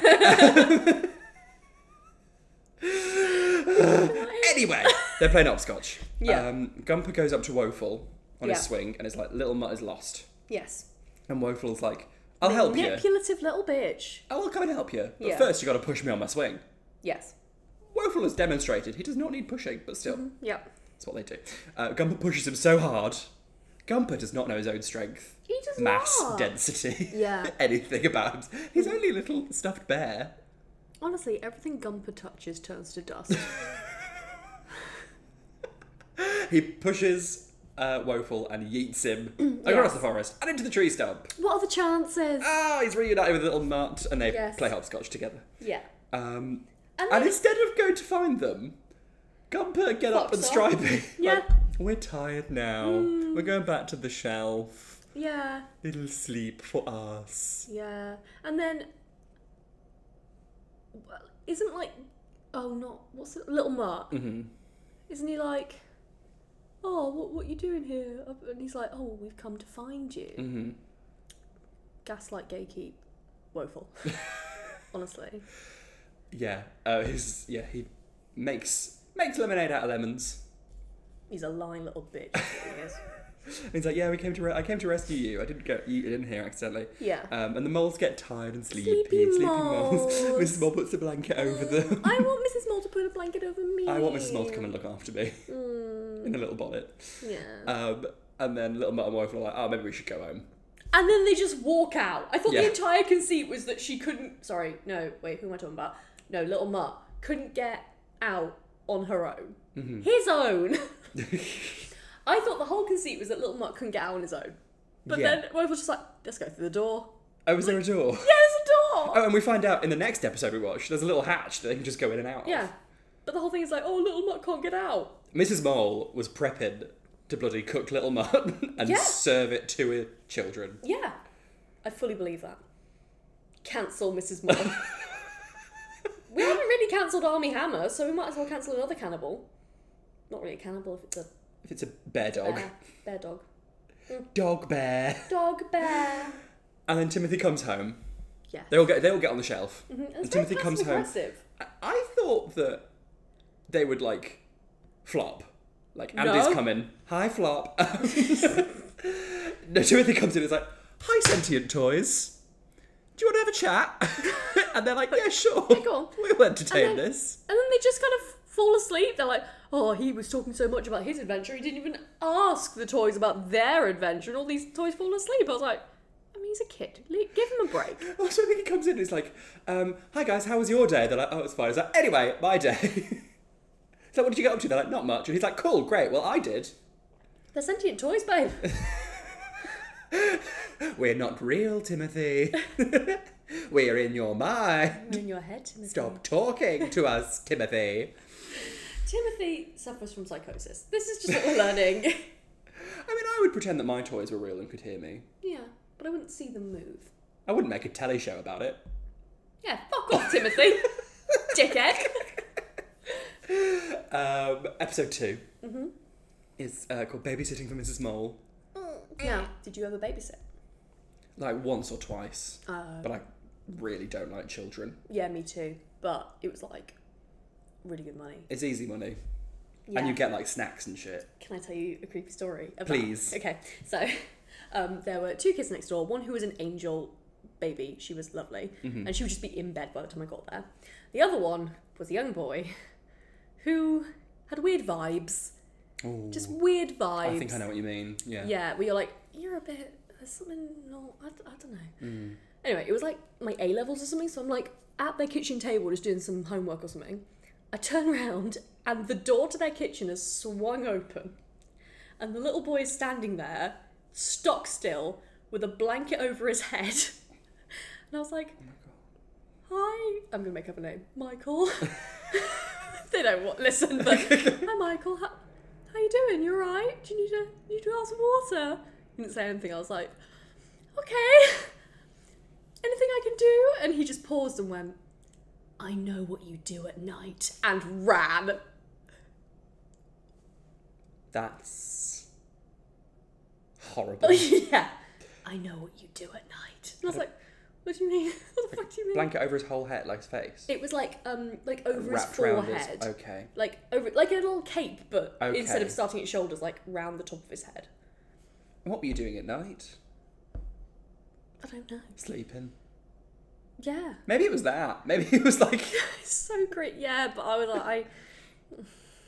Speaker 1: anyway, they're playing hopscotch.
Speaker 2: Yeah.
Speaker 1: Um, Gumper goes up to Woeful on
Speaker 2: Yeah.
Speaker 1: his swing, and it's like little mutt is lost,
Speaker 2: yes.
Speaker 1: and Woeful's like, "I'll help you.
Speaker 2: Manipulative little bitch.
Speaker 1: I will come and help you, but
Speaker 2: Yeah.
Speaker 1: first you got to push me on my swing."
Speaker 2: Yes.
Speaker 1: Woeful has demonstrated he does not need pushing, but still,
Speaker 2: Yep.
Speaker 1: that's what they do. Uh, Gumper pushes him so hard. Gumper does not know his own strength,
Speaker 2: He does
Speaker 1: mass,
Speaker 2: not.
Speaker 1: density,
Speaker 2: Ah. Yeah.
Speaker 1: [LAUGHS] anything about him. He's only a little stuffed bear. [LAUGHS]
Speaker 2: Honestly, everything Gumper touches turns to dust.
Speaker 1: He pushes uh, Woeful and yeets him
Speaker 2: Mm,
Speaker 1: [CLEARS THROAT]
Speaker 2: yes.
Speaker 1: across the forest and into the tree stump.
Speaker 2: what are the chances?
Speaker 1: Ah, he's reunited with little Mutt, and they
Speaker 2: Yes.
Speaker 1: play hopscotch together.
Speaker 2: yeah.
Speaker 1: Um,
Speaker 2: And,
Speaker 1: and
Speaker 2: then
Speaker 1: instead of going to find them, Gumper get up
Speaker 2: Fucks
Speaker 1: and
Speaker 2: off. [LAUGHS]
Speaker 1: stripey.
Speaker 2: Yeah. Mm.
Speaker 1: like, we're tired now. We're going back to the shelf.
Speaker 2: yeah,
Speaker 1: Little sleep for us.
Speaker 2: yeah. And then well, isn't like oh not what's it little Mart?
Speaker 1: Mm-hmm.
Speaker 2: Isn't he like oh what what you doing here? And he's like oh we've come to find you.
Speaker 1: Mm-hmm.
Speaker 2: Gaslight gatekeep, woeful. [LAUGHS] Honestly,
Speaker 1: Yeah. Uh, his yeah he makes makes lemonade out of lemons.
Speaker 2: he's a lying little bitch. he is.
Speaker 1: And he's like, yeah, we came to re- I came to rescue you. I didn't go you didn't hear accidentally.
Speaker 2: Yeah.
Speaker 1: Um, and the moles get tired and [LAUGHS] sleepy. [LAUGHS]
Speaker 2: Sleepy moles.
Speaker 1: Mrs. Mole puts a blanket over
Speaker 2: [LAUGHS]
Speaker 1: them.
Speaker 2: I want Mrs. Mole to put a blanket over me.
Speaker 1: I want Mrs. Mole to come and look after me
Speaker 2: Mm,
Speaker 1: in a little bonnet.
Speaker 2: yeah.
Speaker 1: Um, and then little Mutt and Wife are like, oh, maybe we should go home.
Speaker 2: And then they just walk out. I thought
Speaker 1: Yeah.
Speaker 2: the entire conceit was that she couldn't. Sorry, no, wait, who am I talking about? No, little Mutt couldn't get out on her own.
Speaker 1: Mm-hmm.
Speaker 2: His
Speaker 1: [LAUGHS]
Speaker 2: own. I thought the whole conceit was that little Mutt couldn't get out on his own. But
Speaker 1: Yeah.
Speaker 2: then Wave was just like, let's go through the door.
Speaker 1: Oh, is there a door?
Speaker 2: Yeah, there's a door!
Speaker 1: [LAUGHS] Oh, and we find out in the next episode we watch, there's a little hatch that they can just go in and out.
Speaker 2: yeah.
Speaker 1: Of.
Speaker 2: But the whole thing is like, oh, little Mutt can't get out.
Speaker 1: Mrs. Mole was prepping to bloody cook little Mutt [LAUGHS] and
Speaker 2: Yeah.
Speaker 1: serve it to her children.
Speaker 2: Yeah. I fully believe that. Cancel
Speaker 1: [LAUGHS]
Speaker 2: Mrs. Mole. we haven't really cancelled Army Hammer, so we might as well cancel another cannibal. Not really a cannibal if it's a
Speaker 1: If it's a bear dog,
Speaker 2: bear. Bear dog.
Speaker 1: dog bear.
Speaker 2: Dog bear.
Speaker 1: And then Timothy comes home.
Speaker 2: Yeah.
Speaker 1: They all get they all get on the shelf.
Speaker 2: Mhm. And
Speaker 1: And
Speaker 2: it's very
Speaker 1: Timothy comes home.
Speaker 2: passive-aggressive.
Speaker 1: I- I thought that they would like flop. Like
Speaker 2: No.
Speaker 1: Andy's coming. Hi flop. [LAUGHS] no, Timothy comes in. It's like, hi sentient toys. Do you want to have a chat? [LAUGHS] and they're like, yeah, sure.
Speaker 2: go on."
Speaker 1: We'll entertain
Speaker 2: And then-
Speaker 1: this.
Speaker 2: And then they just kind of fall asleep. They're like, oh, he was talking so much about his adventure, he didn't even ask the toys about their adventure, and all these toys fall asleep. I was like, I mean, he's a kid. Le- Give him a break.
Speaker 1: [LAUGHS] Also, Oh, I think he comes in. and It's like, um, hi guys, how was your day? They're like, oh, it's fine. He's like, anyway, my day. [LAUGHS] He's like, what did you get up to? They're like, not much. And he's like, cool, great. Well, I did.
Speaker 2: They're sentient toys, babe. [LAUGHS]
Speaker 1: We're not real, Timothy. [LAUGHS] We're in your mind.
Speaker 2: They're in your head, Timothy.
Speaker 1: Stop talking to us, Timothy.
Speaker 2: Timothy suffers from psychosis. This is just what we're learning. [LAUGHS]
Speaker 1: I mean, I would pretend that my toys were real and could hear me.
Speaker 2: yeah, but I wouldn't see them move.
Speaker 1: I wouldn't make a telly show about it.
Speaker 2: Yeah, fuck off, Timothy. [LAUGHS] Dickhead.
Speaker 1: Um, episode 2
Speaker 2: Mm-hmm.
Speaker 1: is uh, called Babysitting for Mrs. Mole.
Speaker 2: Now, did you ever babysit?
Speaker 1: Like once or twice,
Speaker 2: Uh,
Speaker 1: but I really don't like children.
Speaker 2: yeah, me too. But it was like really good money.
Speaker 1: It's easy money,
Speaker 2: Yeah.
Speaker 1: and you get like snacks and shit.
Speaker 2: Can I tell you a creepy story? About...
Speaker 1: Please.
Speaker 2: Okay, so Um, there were two kids next door, one who was an angel baby. She was lovely.
Speaker 1: Mm-hmm.
Speaker 2: And she would just be in bed by the time I got there. The other one was a young boy who had weird vibes.
Speaker 1: Ooh,
Speaker 2: Just weird vibes.
Speaker 1: I think I know what you mean. Yeah.
Speaker 2: Yeah, where you're like, you're a bit, there's something not, I, d- I don't know. Anyway, it was like my A levels or something, so I'm like at their kitchen table just doing some homework or something. I turn [LAUGHS] around and the door to their kitchen has swung open, and the little boy is standing there, stock still, with a blanket over his [LAUGHS] head. And I was like, Hi, I'm gonna make up a name, Michael. [LAUGHS] they don't want listen, but hi, Michael. How, how you doing? You alright? Do you need a need a glass of water? He didn't say anything. I was like, okay. Anything I can do? And he just paused and went, I know what you do at night, and ran. [LAUGHS]
Speaker 1: That's horrible.
Speaker 2: [LAUGHS] Oh yeah, I know what you do at night. And I was like, what do you mean? [LAUGHS] what the fuck do you mean?
Speaker 1: Blanket over his whole head, like his face.
Speaker 2: It was like um like over his
Speaker 1: Wrapped round his.
Speaker 2: forehead.
Speaker 1: Okay.
Speaker 2: like over like a little cape, but
Speaker 1: Okay.
Speaker 2: instead of starting at shoulders, like round the top of his head.
Speaker 1: What were you doing at night?
Speaker 2: I don't know.
Speaker 1: Sleeping.
Speaker 2: Yeah, [LAUGHS]
Speaker 1: Maybe it was that. Maybe it was like.
Speaker 2: it's so great. Yeah, but I was like, I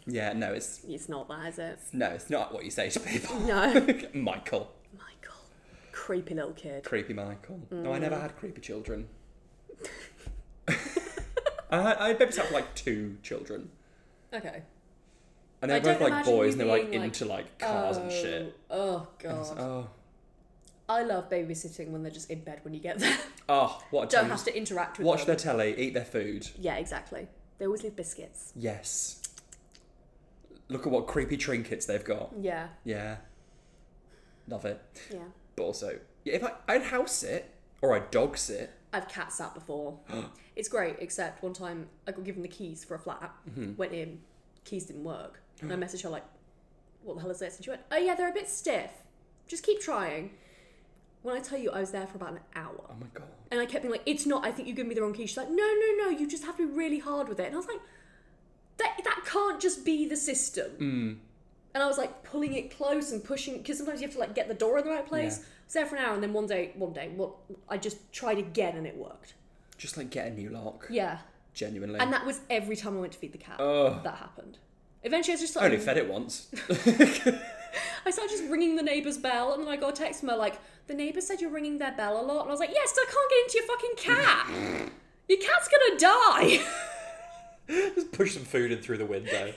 Speaker 1: Yeah, no, it's
Speaker 2: [LAUGHS] it's not that, is it?
Speaker 1: no, it's not what you say to people.
Speaker 2: [LAUGHS] No,
Speaker 1: [LAUGHS] Michael,
Speaker 2: Michael, creepy little kid.
Speaker 1: creepy Michael. No, I
Speaker 2: Mm.
Speaker 1: never had creepy children. [LAUGHS] I had, I babysat for like two children,
Speaker 2: Okay.
Speaker 1: and they
Speaker 2: I
Speaker 1: were both
Speaker 2: don't
Speaker 1: like
Speaker 2: imagine
Speaker 1: boys,
Speaker 2: you
Speaker 1: and they were like
Speaker 2: being, like,
Speaker 1: into like cars and shit.
Speaker 2: Oh
Speaker 1: I was like,
Speaker 2: god,
Speaker 1: oh,
Speaker 2: I love babysitting when they're just in bed when you get there. [LAUGHS]
Speaker 1: oh, what a
Speaker 2: don't
Speaker 1: time!
Speaker 2: have to interact with
Speaker 1: Watch
Speaker 2: them.
Speaker 1: their telly, eat their food.
Speaker 2: Yeah, exactly. They always leave biscuits.
Speaker 1: Yes. Look at what creepy trinkets they've got.
Speaker 2: Yeah,
Speaker 1: Yeah. Love it.
Speaker 2: yeah.
Speaker 1: But also, yeah, if I, I'd house sit or I'd dog sit.
Speaker 2: I've cat sat before. it's great, except one time I got given the keys for a flat, went in, keys didn't work. And I messaged her, like, what the hell is this? And she went, oh yeah, they're a bit stiff. Just keep trying. When I tell you, I was there for about an hour.
Speaker 1: Oh my god.
Speaker 2: And I kept being like, it's not, I think you gave me the wrong key. She's like, no, no, no, you just have to be really hard with it. And I was like, that, that can't just be the system. And I was like pulling it close and pushing, because sometimes you have to like get the door in the right place.
Speaker 1: Yeah.
Speaker 2: I was there for an hour, and then one day, one day, what I just tried again and it worked.
Speaker 1: Just like get a new lock.
Speaker 2: Yeah.
Speaker 1: Genuinely.
Speaker 2: And that was every time I went to feed the cat.
Speaker 1: Ugh.
Speaker 2: That happened. Eventually, I was just
Speaker 1: I only
Speaker 2: like,
Speaker 1: fed it once. [LAUGHS]
Speaker 2: I started just ringing the neighbour's bell, and then I got a text from her like, the neighbour said you're ringing their bell a lot, and I was like, yes, I can't get into your fucking cat. your cat's gonna die. [LAUGHS]
Speaker 1: Just push some food in through the window.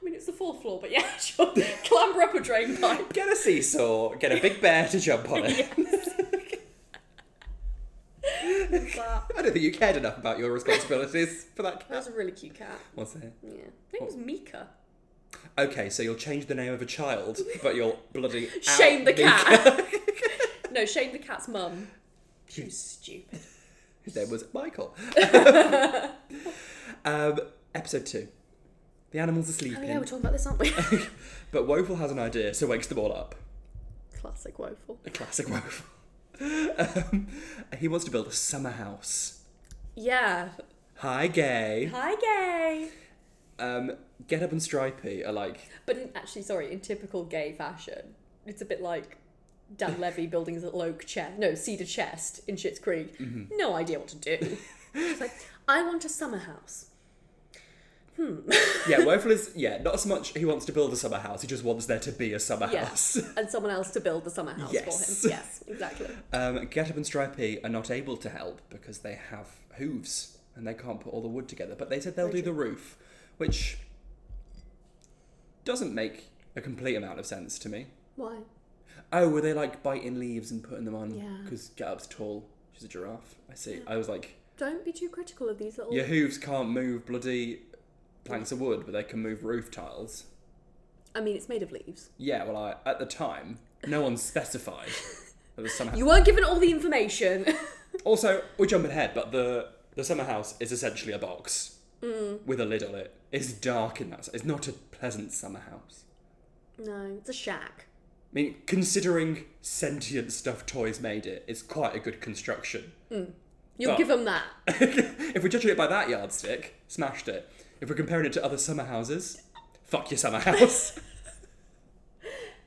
Speaker 2: I mean, it's the fourth floor, but yeah, [LAUGHS] sure. Clamber up a drain pipe.
Speaker 1: Get a seesaw. Get a big bear to jump on it.
Speaker 2: [LAUGHS] That
Speaker 1: I don't think you cared enough about your responsibilities for that
Speaker 2: that was
Speaker 1: cat.
Speaker 2: a really cute cat.
Speaker 1: Was it?
Speaker 2: Yeah, I think it was Mika.
Speaker 1: Okay, so you'll change the name of a child, but you'll bloody out
Speaker 2: [LAUGHS] Shame the
Speaker 1: me.
Speaker 2: cat. [LAUGHS] no, Shane the cat's mum. She was stupid.
Speaker 1: [LAUGHS] His name was
Speaker 2: [LAUGHS]
Speaker 1: Michael. um, episode two. The animals are
Speaker 2: Oh
Speaker 1: sleeping,
Speaker 2: yeah, we're talking about this, aren't we?
Speaker 1: but Woeful has an idea, so wakes them all up.
Speaker 2: Classic woeful.
Speaker 1: A classic Woeful. Um, he wants to build a summer house.
Speaker 2: Yeah.
Speaker 1: Hi, gay.
Speaker 2: Hi, gay.
Speaker 1: Um, Get Up and Stripey are like
Speaker 2: But in, actually, sorry, in typical gay fashion, it's a bit like Dan Levy building his little oak chest, no, cedar chest in Schitt's Creek. No idea what to [LAUGHS] do. She's like, I want a summer house.
Speaker 1: Yeah, Woeful is yeah, not so much he wants to build a summer house, he just wants there to be a summer
Speaker 2: Yes.
Speaker 1: house.
Speaker 2: and someone else to build the summer house
Speaker 1: Yes.
Speaker 2: for him. Yes, exactly.
Speaker 1: Um, Get Up and Stripey are not able to help because they have hooves and they can't put all the wood together, but they said they'll
Speaker 2: Very
Speaker 1: do the roof, which doesn't make a complete amount of sense to me.
Speaker 2: Why?
Speaker 1: Oh, were they like biting leaves and putting them on?
Speaker 2: Yeah.
Speaker 1: Because Get Up's tall, she's a giraffe. I see. I was like,
Speaker 2: Don't be too critical of these little.
Speaker 1: your hooves can't move bloody planks of wood, but they can move roof tiles.
Speaker 2: I mean, it's made of leaves.
Speaker 1: Yeah, well, I, at the time, no one specified. It was somehow.
Speaker 2: [LAUGHS] You weren't given all the information. [LAUGHS]
Speaker 1: Also, we're jumping ahead, but the the summer house is essentially a box with a lid on it. It's dark in that. It's not a pleasant summer house.
Speaker 2: no, it's a shack.
Speaker 1: I mean, considering sentient stuff toys made it, it's quite a good construction. [LAUGHS]
Speaker 2: You'll
Speaker 1: But-
Speaker 2: give them that.
Speaker 1: if we're judging it by that yardstick, smashed it. If we're comparing it to other summer houses, fuck your summer house.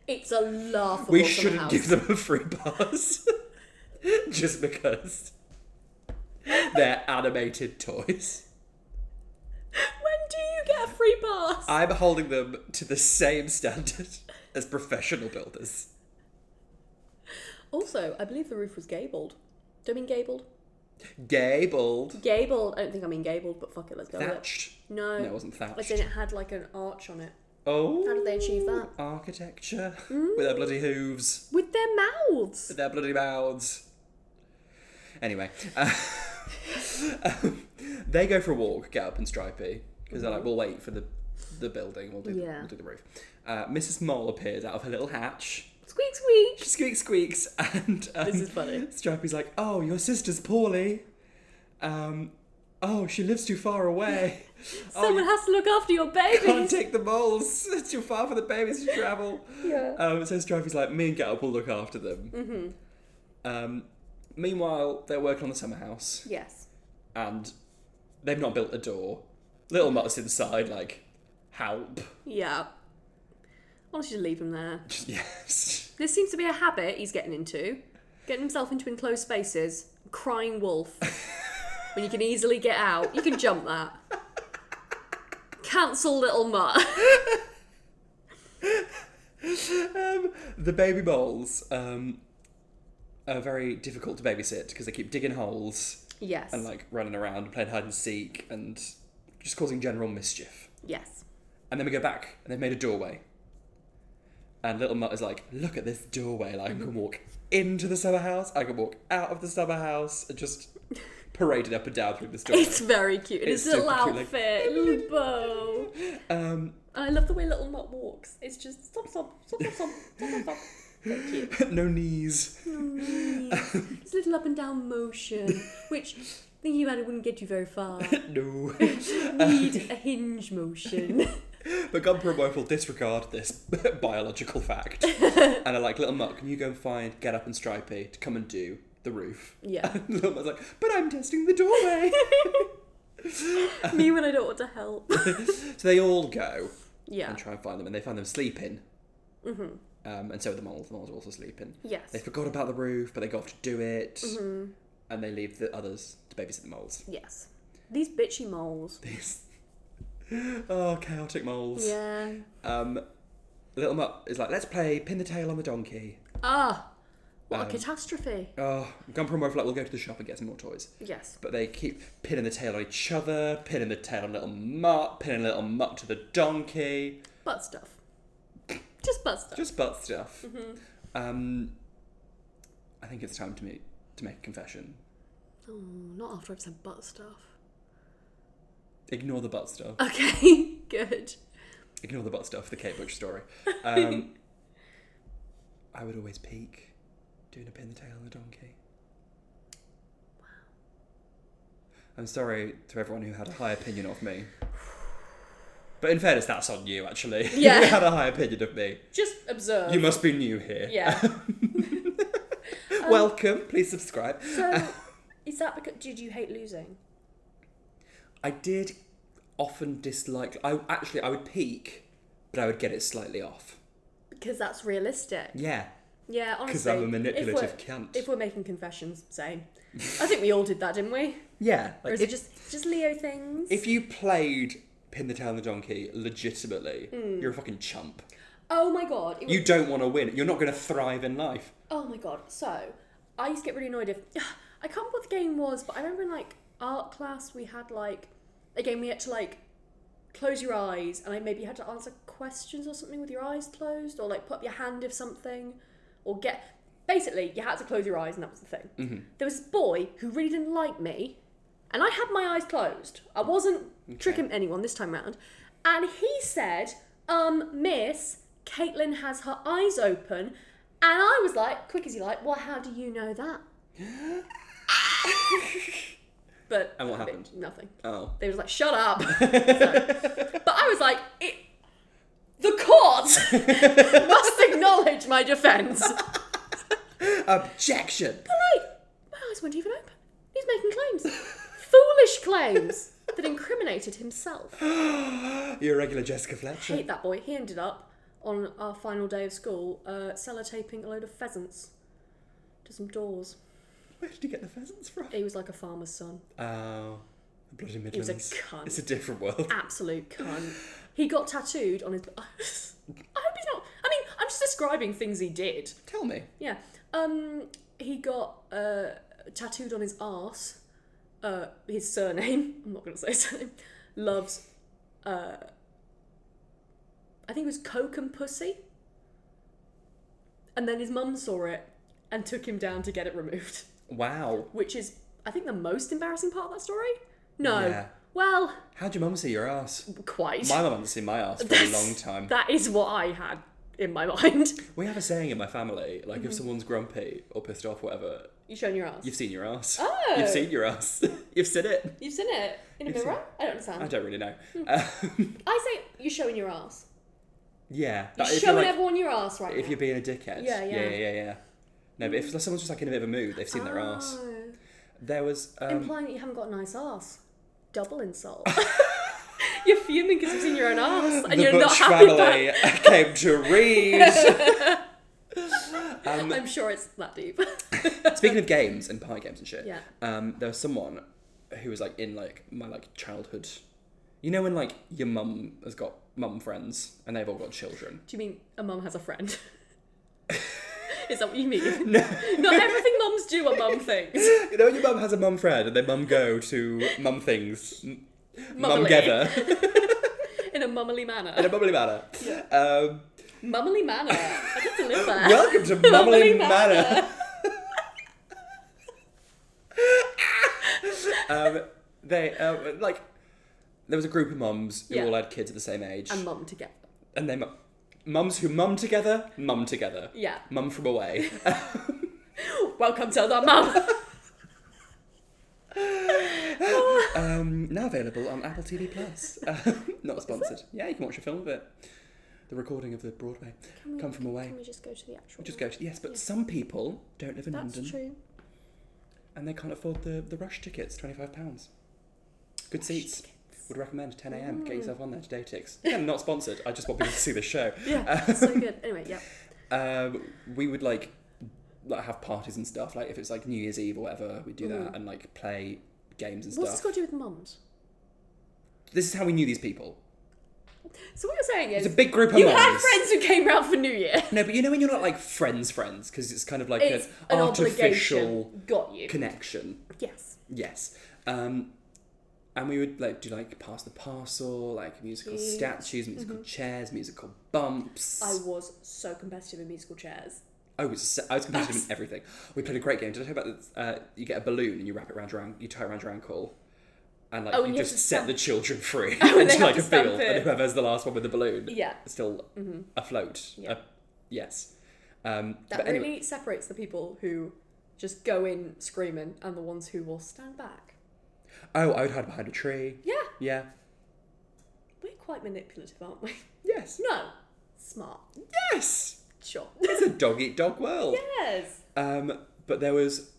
Speaker 2: It's a laughable.
Speaker 1: We shouldn't
Speaker 2: somehow.
Speaker 1: give them a free pass [LAUGHS] just because they're animated toys.
Speaker 2: [LAUGHS] When do you get a free pass?
Speaker 1: I'm holding them to the same standard as professional builders.
Speaker 2: Also, I believe the roof was gabled. Do I mean gabled?
Speaker 1: Gabled,
Speaker 2: Gabled. I don't think I mean gabled, but fuck it, let's go with it.
Speaker 1: thatched.
Speaker 2: No.
Speaker 1: No, it wasn't thatched.
Speaker 2: Like, then it had like an arch on it.
Speaker 1: Oh,
Speaker 2: How did they achieve that? Mm.
Speaker 1: Architecture with their bloody hooves,
Speaker 2: With their mouths!
Speaker 1: with their bloody mouths. Anyway, uh, [LAUGHS] um, they go for a walk. Get up and Stripey because they're like, we'll wait for the the building. We'll do the,
Speaker 2: Mm-hmm. Yeah.
Speaker 1: we'll do the roof. Uh, Mrs. Mole appears out of her little hatch.
Speaker 2: Squeak,
Speaker 1: [LAUGHS]
Speaker 2: squeak!
Speaker 1: She squeaks, squeaks, and um,
Speaker 2: This is funny.
Speaker 1: [LAUGHS] Stripey's like, "Oh, your sister's poorly. Um, oh, she lives too far
Speaker 2: [LAUGHS]
Speaker 1: away. oh,
Speaker 2: Someone
Speaker 1: you
Speaker 2: has to look after your
Speaker 1: can't
Speaker 2: [LAUGHS] babies!
Speaker 1: take the moles. It's too far for the babies to travel."
Speaker 2: Yeah.
Speaker 1: Um, so Stripey's like, me and Get Up will look after them. Um, meanwhile, they're working on the summer house
Speaker 2: yes.
Speaker 1: and they've not built a door. Little Mutt's inside, like, help.
Speaker 2: Yeah. Why don't you leave him there?
Speaker 1: Just, yes.
Speaker 2: This seems to be a habit he's getting into. Getting himself into enclosed spaces.
Speaker 1: [LAUGHS]
Speaker 2: Crying wolf. when you can easily get out. You can jump that. Cancel little mutt.
Speaker 1: Um, the baby moles um, are very difficult to babysit because they keep digging holes
Speaker 2: yes.
Speaker 1: and, like, running around and playing hide and seek and just causing general mischief.
Speaker 2: yes.
Speaker 1: And then we go back, and they've made a doorway. And little Mutt is like, look at this doorway. Like, I can walk into the summer house, I can walk out of the summer house, and just paraded up and down through this doorway.
Speaker 2: It's very cute.
Speaker 1: It's
Speaker 2: It's, his little
Speaker 1: super cute, like- [LAUGHS]
Speaker 2: outfit, little bow.
Speaker 1: um,
Speaker 2: And I love the way little Mutt walks. It's just stop, stop, stop, stop, stop, stop, stop, stop. Very
Speaker 1: [LAUGHS]
Speaker 2: cute.
Speaker 1: [LAUGHS] no knees.
Speaker 2: It's a little up and down motion, which thinking about it wouldn't get you very far.
Speaker 1: no.
Speaker 2: [LAUGHS] Need a hinge motion.
Speaker 1: but Gumper and Wolf will disregard this [LAUGHS] biological fact. and are like, little Mutt, can you go and find Get Up and Stripey to come and do the roof?
Speaker 2: [LAUGHS]
Speaker 1: [LAUGHS]
Speaker 2: Yeah.
Speaker 1: And little Mutt's like, but I'm testing the
Speaker 2: [LAUGHS]
Speaker 1: doorway.
Speaker 2: Me when I don't want to [LAUGHS] help.
Speaker 1: so they all go.
Speaker 2: Yeah.
Speaker 1: and try and find them, and they find them sleeping. Mm-hmm. Um, and so the moles, the moles are also sleeping.
Speaker 2: Yes.
Speaker 1: They forgot about the roof, but they go off to do it,
Speaker 2: Mm-hmm.
Speaker 1: and they leave the others to babysit the moles. [LAUGHS]
Speaker 2: Yes. These bitchy moles.
Speaker 1: These, oh, chaotic moles.
Speaker 2: Yeah.
Speaker 1: Um, little Mutt is like, let's play pin the tail on the donkey.
Speaker 2: Ah. What
Speaker 1: Um,
Speaker 2: a catastrophe.
Speaker 1: Oh, Gumper and Wolf like, we'll go to the shop and get some more toys.
Speaker 2: Yes.
Speaker 1: But they keep pinning the tail on each other, pinning the tail on little Mutt, pinning little Mutt to the donkey.
Speaker 2: Butt [LAUGHS] stuff. Just butt stuff.
Speaker 1: just butt stuff. Um, I think it's time to make to make a confession.
Speaker 2: Oh, not after I've said butt stuff. [LAUGHS]
Speaker 1: Ignore the butt stuff.
Speaker 2: Okay, good.
Speaker 1: Ignore the butt stuff. The Kate Bush
Speaker 2: [LAUGHS]
Speaker 1: story. Um, I would always peek doing a pin the tail on the donkey. I'm sorry to everyone who had a high opinion of me. But in fairness, that's on you, actually. [LAUGHS]
Speaker 2: Yeah.
Speaker 1: you had a high opinion of me.
Speaker 2: Just observe.
Speaker 1: You must be new here. [LAUGHS]
Speaker 2: [LAUGHS] yeah. um,
Speaker 1: Welcome. Please subscribe. [LAUGHS]
Speaker 2: So, is that because did you hate losing?
Speaker 1: I did often dislike. I actually I would peak, but I would get it slightly off.
Speaker 2: Because that's realistic.
Speaker 1: Yeah,
Speaker 2: Yeah, honestly.
Speaker 1: because I'm a
Speaker 2: if
Speaker 1: manipulative
Speaker 2: we're-
Speaker 1: cunt.
Speaker 2: If we're making confessions, same. I think we all did that, didn't we?
Speaker 1: yeah,
Speaker 2: Or
Speaker 1: like
Speaker 2: is
Speaker 1: if,
Speaker 2: it just just Leo things?
Speaker 1: if you played Pin the Tail on the Donkey legitimately, you're a fucking chump.
Speaker 2: Hmm. oh my god, it was
Speaker 1: You don't want to win. You're not going to thrive in life.
Speaker 2: Oh my god. So, I used to get really annoyed if [SIGHS] I can't remember what the game was, but I remember in like art class we had like a game we had to like close your eyes and I maybe had to answer questions or something with your eyes closed or like put up your hand if something or get basically you had to close your eyes and that was the thing.
Speaker 1: Mm-hmm.
Speaker 2: There was this boy who really didn't like me and I had my eyes closed. I wasn't tricking anyone this time round. And he said, um, Miss, Caitlin has her eyes open. And I was like, quick as you like, well, how do you
Speaker 1: [GASPS]
Speaker 2: know that? [LAUGHS] but
Speaker 1: And what happened?
Speaker 2: Nothing.
Speaker 1: Oh,
Speaker 2: They was like, shut up. [LAUGHS] So- but I was like, it, the court [LAUGHS] must acknowledge my [LAUGHS] defence.
Speaker 1: [LAUGHS] objection! [GASPS]
Speaker 2: Like, my eyes weren't even open. He's making claims. Foolish claims that incriminated himself.
Speaker 1: You're a regular Jessica Fletcher.
Speaker 2: Hate that boy. He ended up on our final day of school, uh, sellotaping a load of pheasants to some doors.
Speaker 1: Where did you get the pheasants from?
Speaker 2: He was like a farmer's son.
Speaker 1: Oh, the bloody
Speaker 2: He was
Speaker 1: Midlands.
Speaker 2: a cunt.
Speaker 1: It's a different world.
Speaker 2: absolute cunt. He got tattooed on his. [LAUGHS] I hope he's not. I mean, I'm just describing things he did.
Speaker 1: Tell me.
Speaker 2: Yeah. Um, he got uh, tattooed on his arse. Uh, his surname. [LAUGHS] I'm not gonna say his surname. Loves. Uh, I think it was coke and pussy. And then his mum saw it and took him down to get it removed, [LAUGHS]
Speaker 1: Wow.
Speaker 2: which is, I think, the most embarrassing part of that story. No.
Speaker 1: Yeah.
Speaker 2: Well,
Speaker 1: How'd your mum see your ass?
Speaker 2: quite.
Speaker 1: My mum hasn't seen my ass for a long
Speaker 2: That's-
Speaker 1: time.
Speaker 2: That is what I had in my [LAUGHS] mind.
Speaker 1: We have a saying in my family, like
Speaker 2: Mm-hmm.
Speaker 1: if someone's grumpy or pissed off, whatever,
Speaker 2: You shown your ass.
Speaker 1: you've seen your ass.
Speaker 2: Oh.
Speaker 1: You've seen your ass. [LAUGHS] you've seen it.
Speaker 2: You've seen it in a
Speaker 1: You've seen
Speaker 2: mirror. I don't
Speaker 1: I
Speaker 2: understand.
Speaker 1: don't really know.
Speaker 2: Hmm.
Speaker 1: Um, [LAUGHS]
Speaker 2: I, say you're showing your ass.
Speaker 1: yeah.
Speaker 2: You're
Speaker 1: That- if you're,
Speaker 2: showing
Speaker 1: like-
Speaker 2: everyone your ass right
Speaker 1: if
Speaker 2: now.
Speaker 1: you're being a dickhead.
Speaker 2: Yeah,
Speaker 1: Yeah,
Speaker 2: yeah. Hmm.
Speaker 1: yeah, yeah. yeah. No, but if someone's just like in a bit of a mood, they've seen their ass.
Speaker 2: Oh.
Speaker 1: There was. Um,
Speaker 2: implying that you haven't got a nice ass.
Speaker 1: [LAUGHS]
Speaker 2: Double insult. [LAUGHS] you're fuming because you've seen your own ass and
Speaker 1: the
Speaker 2: you're
Speaker 1: Butch
Speaker 2: not happy about
Speaker 1: family [LAUGHS] came to read. um,
Speaker 2: [LAUGHS] I'm sure it's that deep. [LAUGHS]
Speaker 1: Speaking of games and party games and shit,
Speaker 2: Yeah.
Speaker 1: um, there was someone who was like in like my like childhood. You know when like your mum has got mum friends and they've all got children. [LAUGHS]
Speaker 2: Do you mean a mum has a friend? is that what you mean?
Speaker 1: No,
Speaker 2: not everything mums do are mum things.
Speaker 1: you know when your mum has a mum friend and their mum go to mum things, [LAUGHS] mum
Speaker 2: Mummily.
Speaker 1: gather
Speaker 2: In a mummily manner.
Speaker 1: in a bubbly manner. Um,
Speaker 2: Mummily Manor. I
Speaker 1: [LAUGHS]
Speaker 2: did to live there. [LAUGHS]
Speaker 1: welcome to Mumbly
Speaker 2: Mummily
Speaker 1: Manor. um, they um, like there was a group of mums who
Speaker 2: Yeah.
Speaker 1: all had kids at the same age.
Speaker 2: and mum together.
Speaker 1: and then mums who mum together, mum together,
Speaker 2: Yeah.
Speaker 1: mum from
Speaker 2: [LAUGHS]
Speaker 1: away.
Speaker 2: Welcome to the
Speaker 1: [LAUGHS]
Speaker 2: mum.
Speaker 1: um, now available on Apple TV
Speaker 2: [LAUGHS]
Speaker 1: Plus. Um, not sponsored. Yeah, you can watch a film of it. The recording of the Broadway come from away.
Speaker 2: we just go to the actual?
Speaker 1: We'll just go to yes, but some people don't live in London
Speaker 2: true.
Speaker 1: and they can't afford the the rush tickets. Twenty five pounds. Good seats. Would recommend 10 a.m. Get yourself on there to Datix. Again, not sponsored. I just want people to see the show.
Speaker 2: [LAUGHS] Yeah, it's so good. Anyway,
Speaker 1: [LAUGHS]
Speaker 2: yeah.
Speaker 1: um, we would like like have parties and stuff. Like if it's like New Year's Eve or whatever, we do that and like play games and
Speaker 2: Mm-hmm. What's this
Speaker 1: stuff.
Speaker 2: got to do with mums?
Speaker 1: This is how we knew these people.
Speaker 2: So what you're saying is
Speaker 1: It's a big group of
Speaker 2: you
Speaker 1: mums.
Speaker 2: had friends who came round for New Year.
Speaker 1: No, but you know when you're not like friends, friends, because it's kind of like
Speaker 2: It's
Speaker 1: an
Speaker 2: an
Speaker 1: artificial
Speaker 2: obligation. Got you.
Speaker 1: connection.
Speaker 2: yes.
Speaker 1: Yes. Um, and we would like do like pass the parcel, like musical
Speaker 2: Cute.
Speaker 1: statues, musical chairs, musical bumps.
Speaker 2: Mm-hmm. I was so competitive in musical chairs.
Speaker 1: I was I was competitive in everything. We played a great game. Did I tell you about this? Uh, you get a balloon and you wrap it around your ankle, you tie it around your ankle, and like
Speaker 2: Oh,
Speaker 1: you
Speaker 2: and you have
Speaker 1: just
Speaker 2: to
Speaker 1: set
Speaker 2: stamp- Oh,
Speaker 1: the children
Speaker 2: [LAUGHS]
Speaker 1: free
Speaker 2: and they
Speaker 1: into
Speaker 2: have
Speaker 1: like
Speaker 2: to
Speaker 1: a field,
Speaker 2: stamp it.
Speaker 1: and whoever's the last one with the balloon
Speaker 2: Yeah. Mm-hmm.
Speaker 1: is still afloat.
Speaker 2: Yeah.
Speaker 1: Uh, yes. Um,
Speaker 2: That
Speaker 1: but anyway,
Speaker 2: really separates the people who just go in screaming and the ones who will stand back.
Speaker 1: oh, I would hide behind a tree.
Speaker 2: Yeah.
Speaker 1: Yeah.
Speaker 2: We're quite manipulative, aren't we? [LAUGHS]
Speaker 1: Yes.
Speaker 2: No. Smart.
Speaker 1: Yes.
Speaker 2: Sure.
Speaker 1: It's a dog eat dog world.
Speaker 2: yes.
Speaker 1: Um, but there was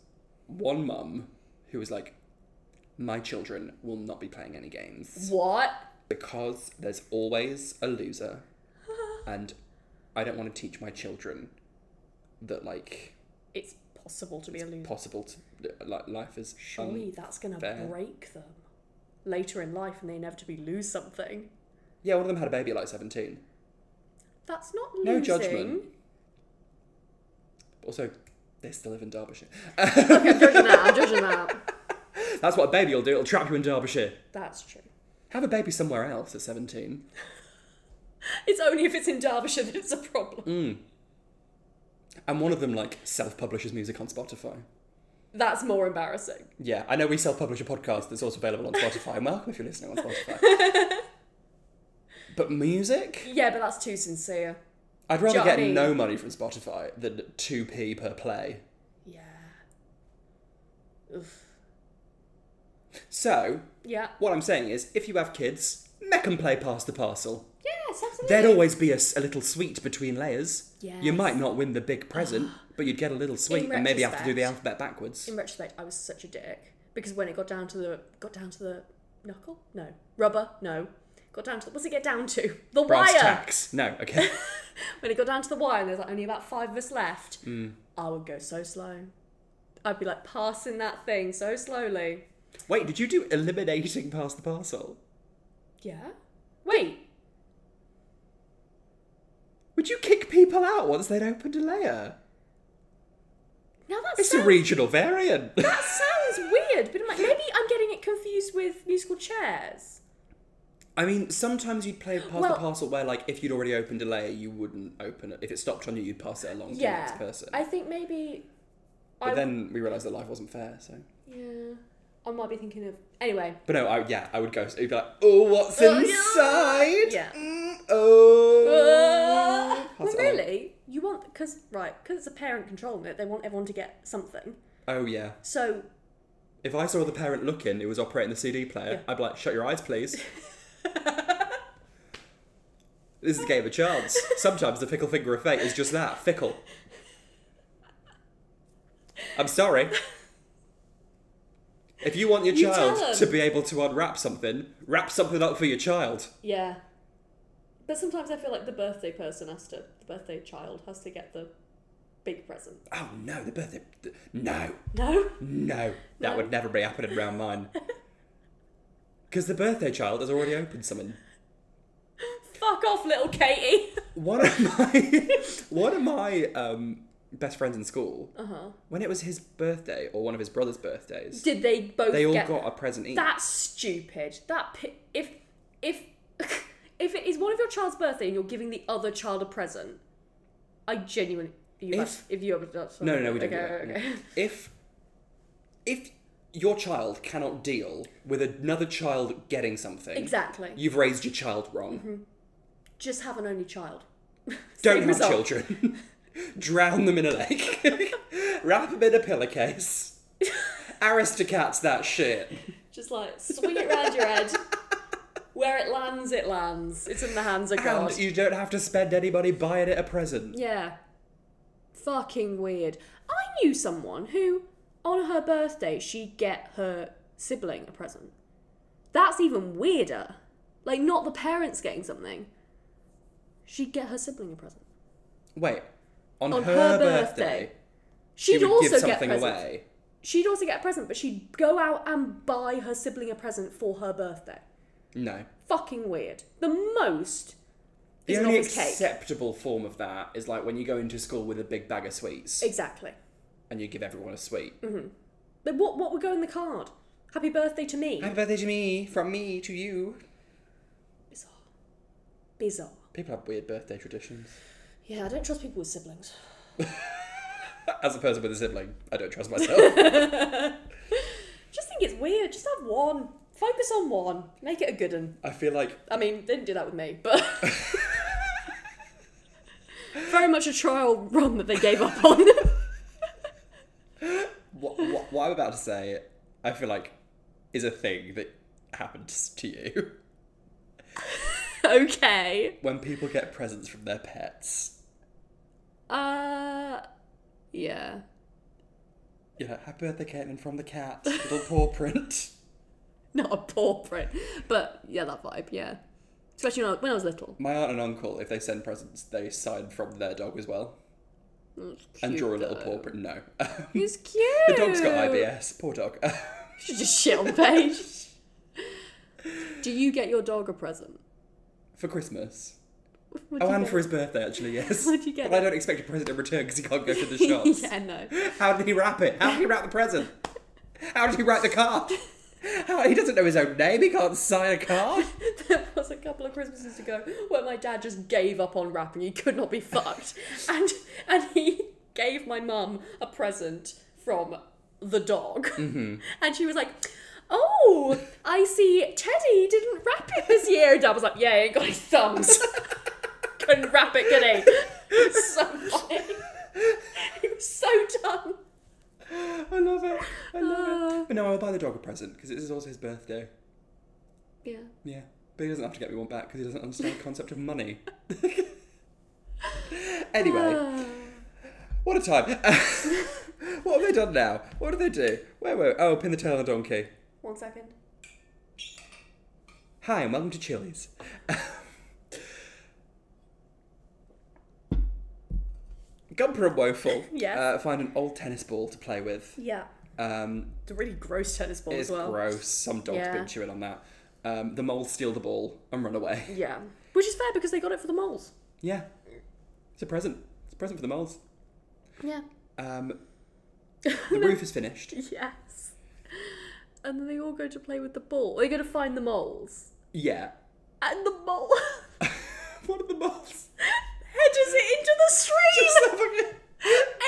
Speaker 1: one mum who was like, "My children will not be playing any games."
Speaker 2: What?
Speaker 1: because there's always a loser and i don't want to teach my children that like
Speaker 2: It's possible to be a loser.
Speaker 1: possible to like life is
Speaker 2: Surely
Speaker 1: um,
Speaker 2: that's going to
Speaker 1: fair.
Speaker 2: break them later in life and they inevitably lose something.
Speaker 1: yeah one of them had a baby at like 17
Speaker 2: That's not losing.
Speaker 1: No judgment. [LAUGHS] also they still live in derbyshire
Speaker 2: Okay, I'm judging that. I'm
Speaker 1: [LAUGHS]
Speaker 2: judging that.
Speaker 1: that's what a baby will do it'll trap you in derbyshire
Speaker 2: That's true.
Speaker 1: have a baby somewhere else at 17
Speaker 2: It's only if it's in Derbyshire that it's a problem.
Speaker 1: Mm. and one of them like self-publishes music on spotify
Speaker 2: That's more embarrassing.
Speaker 1: yeah i know we self-publish a podcast that's also available on spotify and welcome if you're listening on spotify but music
Speaker 2: Yeah, but that's too sincere.
Speaker 1: I'd rather
Speaker 2: Do you know
Speaker 1: get
Speaker 2: what I mean?
Speaker 1: no money from Spotify than 2p per play.
Speaker 2: Yeah. Oof.
Speaker 1: So,
Speaker 2: Yeah.
Speaker 1: what I'm saying is, if you have kids, make 'em play Pass the Parcel.
Speaker 2: Yes, absolutely.
Speaker 1: There'd always be a, s- a little sweet between layers. You
Speaker 2: Yes.
Speaker 1: might not win the big
Speaker 2: [GASPS]
Speaker 1: present, but you'd get a little sweet and maybe have to do the
Speaker 2: retrospect-
Speaker 1: alphabet backwards.
Speaker 2: in retrospect, I was such a dick because when it got down to the got down to the knuckle, no rubber, no, got down to the, what's it get down to the
Speaker 1: Brass
Speaker 2: wire, [LAUGHS]
Speaker 1: tacks. No, okay.
Speaker 2: when it got down to the wire and there's like only about five of us left,
Speaker 1: Mm.
Speaker 2: I would go so slow. I'd be like passing that thing so slowly.
Speaker 1: Wait, did you do eliminating past the parcel?
Speaker 2: Yeah. Wait.
Speaker 1: Would you kick people out once they'd opened a layer?
Speaker 2: Now that
Speaker 1: It's
Speaker 2: sounds,
Speaker 1: a regional variant. [LAUGHS]
Speaker 2: that sounds weird, but I'm like, maybe I'm getting it confused with musical chairs.
Speaker 1: I mean, sometimes you'd play past
Speaker 2: Well-
Speaker 1: the parcel where, like, if you'd already opened a layer, you wouldn't open it. If it stopped on you, you'd pass it along to the
Speaker 2: yeah.
Speaker 1: next person.
Speaker 2: I think maybe.
Speaker 1: but
Speaker 2: I,
Speaker 1: then we realised that life wasn't fair, so.
Speaker 2: Yeah. I might be thinking of.
Speaker 1: [LAUGHS]
Speaker 2: Anyway.
Speaker 1: But no, I, yeah, I would go. It'd be like, oh, what's
Speaker 2: Oh, yeah."
Speaker 1: inside?
Speaker 2: Yeah.
Speaker 1: Mm, oh. Pass
Speaker 2: Uh, well,
Speaker 1: it on.
Speaker 2: really, you want because right because it's a parent controlling it, they want everyone to get something.
Speaker 1: Oh, yeah.
Speaker 2: So
Speaker 1: If I saw the parent looking, it was operating the CD player,
Speaker 2: Yeah.
Speaker 1: I'd be like, shut your eyes, please.
Speaker 2: [LAUGHS]
Speaker 1: this is a game of chance. Sometimes the fickle finger of fate is just that fickle. I'm sorry. If you want your
Speaker 2: You tell
Speaker 1: child
Speaker 2: 'em.
Speaker 1: to be able to unwrap something, wrap something up for your child.
Speaker 2: yeah, but sometimes I feel like the birthday person has to, the birthday child has to get the big present.
Speaker 1: Oh no, the birthday. th- No,
Speaker 2: No,
Speaker 1: no, that
Speaker 2: No.
Speaker 1: would never be happening round mine. Because the birthday child has already opened something.
Speaker 2: [LAUGHS] fuck off, little Katie.
Speaker 1: one of my [LAUGHS] one of my um, best friends in school
Speaker 2: Uh huh.
Speaker 1: when it was his birthday or one of his brother's birthdays
Speaker 2: Did they both?
Speaker 1: they all
Speaker 2: get
Speaker 1: got a present each
Speaker 2: That's stupid. That pi- if if [LAUGHS] if it is one of your child's birthday and you're giving the other child a present, I genuinely you
Speaker 1: If-
Speaker 2: have, if you ever that's-
Speaker 1: no no no we don't
Speaker 2: okay,
Speaker 1: do that.
Speaker 2: okay.
Speaker 1: No. if if your child cannot deal with another child getting something
Speaker 2: Exactly.
Speaker 1: you've raised your child wrong
Speaker 2: Just have an only child. [LAUGHS]
Speaker 1: don't
Speaker 2: Same
Speaker 1: have
Speaker 2: result.
Speaker 1: children [LAUGHS] drown them in a lake [LAUGHS] wrap them in a
Speaker 2: [LAUGHS]
Speaker 1: pillowcase aristocrats that shit
Speaker 2: Just like swing it round your head. Where it lands, it lands. It's in the hands of God.
Speaker 1: and you don't have to spend any money buying it a present
Speaker 2: Yeah. Fucking weird. I knew someone who, on her birthday, she'd get her sibling a present. That's even weirder. Like, not the parents getting something. She'd get her sibling a present.
Speaker 1: Wait, on,
Speaker 2: On
Speaker 1: her,
Speaker 2: her
Speaker 1: birthday,
Speaker 2: birthday,
Speaker 1: she
Speaker 2: She'd
Speaker 1: would give
Speaker 2: also get
Speaker 1: something
Speaker 2: presents.
Speaker 1: away.
Speaker 2: She'd also get a present, but she'd go out and buy her sibling a present for her birthday.
Speaker 1: No.
Speaker 2: Fucking weird. The most
Speaker 1: The
Speaker 2: is an
Speaker 1: only
Speaker 2: office cake.
Speaker 1: acceptable form of that is like when you go into school with a big bag of sweets
Speaker 2: Exactly.
Speaker 1: and you give everyone a sweet.
Speaker 2: Mm-hmm. But what what would go in the card? Happy birthday to me.
Speaker 1: Happy birthday to me, from me to you.
Speaker 2: Bizarre. Bizarre.
Speaker 1: People have weird birthday traditions.
Speaker 2: Yeah, I don't trust people with siblings.
Speaker 1: As a person with a sibling, I don't trust
Speaker 2: [LAUGHS]
Speaker 1: myself.
Speaker 2: Just think it's weird. Just have one. Focus on one. Make it a good one.
Speaker 1: I feel like
Speaker 2: I mean, they didn't do that with me, but. [LAUGHS] Very much a trial run that they gave up on.
Speaker 1: what, what, what I'm about to say, I feel like is a thing that happens to you [LAUGHS]
Speaker 2: [LAUGHS] okay.
Speaker 1: when people get presents from their pets.
Speaker 2: Uh. Yeah.
Speaker 1: You know, happy birthday, Caitlin, from the cat, little paw print.
Speaker 2: Not a paw print, but yeah, that vibe, yeah. Especially when I, when I was little.
Speaker 1: My aunt and uncle, if they send presents, they sign from their dog as well
Speaker 2: It's
Speaker 1: and
Speaker 2: cute,
Speaker 1: draw a little
Speaker 2: though.
Speaker 1: paw print. No, [LAUGHS]
Speaker 2: It's cute.
Speaker 1: the dog's got IBS. Poor dog. [LAUGHS]
Speaker 2: [LAUGHS] Should just shit on Paige. Do you get your dog a present?
Speaker 1: for Christmas.
Speaker 2: What do
Speaker 1: Oh,
Speaker 2: you
Speaker 1: and
Speaker 2: get? [LAUGHS]
Speaker 1: for his birthday, actually, yes.
Speaker 2: What'd you get?
Speaker 1: But I don't expect a present in return because he can't go to
Speaker 2: [LAUGHS]
Speaker 1: the shops.
Speaker 2: yeah, no.
Speaker 1: How did he wrap it? How did he wrap the present? How did he write the card? How, he doesn't know his own name. He can't sign a card. [LAUGHS]
Speaker 2: There was a couple of Christmases ago where my dad just gave up on rapping. He could not
Speaker 1: [LAUGHS]
Speaker 2: be fucked, and and he gave my mum a present from the dog,
Speaker 1: Mm-hmm.
Speaker 2: [LAUGHS] and she was like. Oh, I see Teddy didn't wrap it this year. Dad was like, Yeah, he ain't got his thumbs. [LAUGHS] Couldn't wrap it, could he? [LAUGHS] so funny. He was so done.
Speaker 1: I love it. I love
Speaker 2: Uh.
Speaker 1: it. But no, I'll buy the dog a present because this is also his birthday.
Speaker 2: Yeah.
Speaker 1: Yeah, but he doesn't have to get me one back because he doesn't understand the concept of money. [LAUGHS]
Speaker 2: Ah.
Speaker 1: anyway, what a time. [LAUGHS] what have they done now? What did they do? Where were Oh, pin the tail on the donkey.
Speaker 2: [SIGHS] One second.
Speaker 1: Hi, and welcome to Chili's. [LAUGHS] Gumper and Woeful
Speaker 2: [LAUGHS] Yes.
Speaker 1: uh, find an old tennis ball to play with.
Speaker 2: Yeah.
Speaker 1: Um,
Speaker 2: It's a really gross tennis ball
Speaker 1: it's
Speaker 2: as well.
Speaker 1: gross. Some dog's
Speaker 2: Yeah.
Speaker 1: been chewing on that. Um, the moles steal the ball and run away.
Speaker 2: Yeah. Which is fair because they got it for the moles.
Speaker 1: Yeah. It's a present. It's a present for the moles.
Speaker 2: Yeah.
Speaker 1: Um, the roof is finished.
Speaker 2: [LAUGHS] Yes. And then they all go to play with the ball. They go to find the moles.
Speaker 1: Yeah. [LAUGHS]
Speaker 2: And the mole [LAUGHS]
Speaker 1: One of the moles.
Speaker 2: hedges it into the stream. [LAUGHS]
Speaker 1: Just the fucking-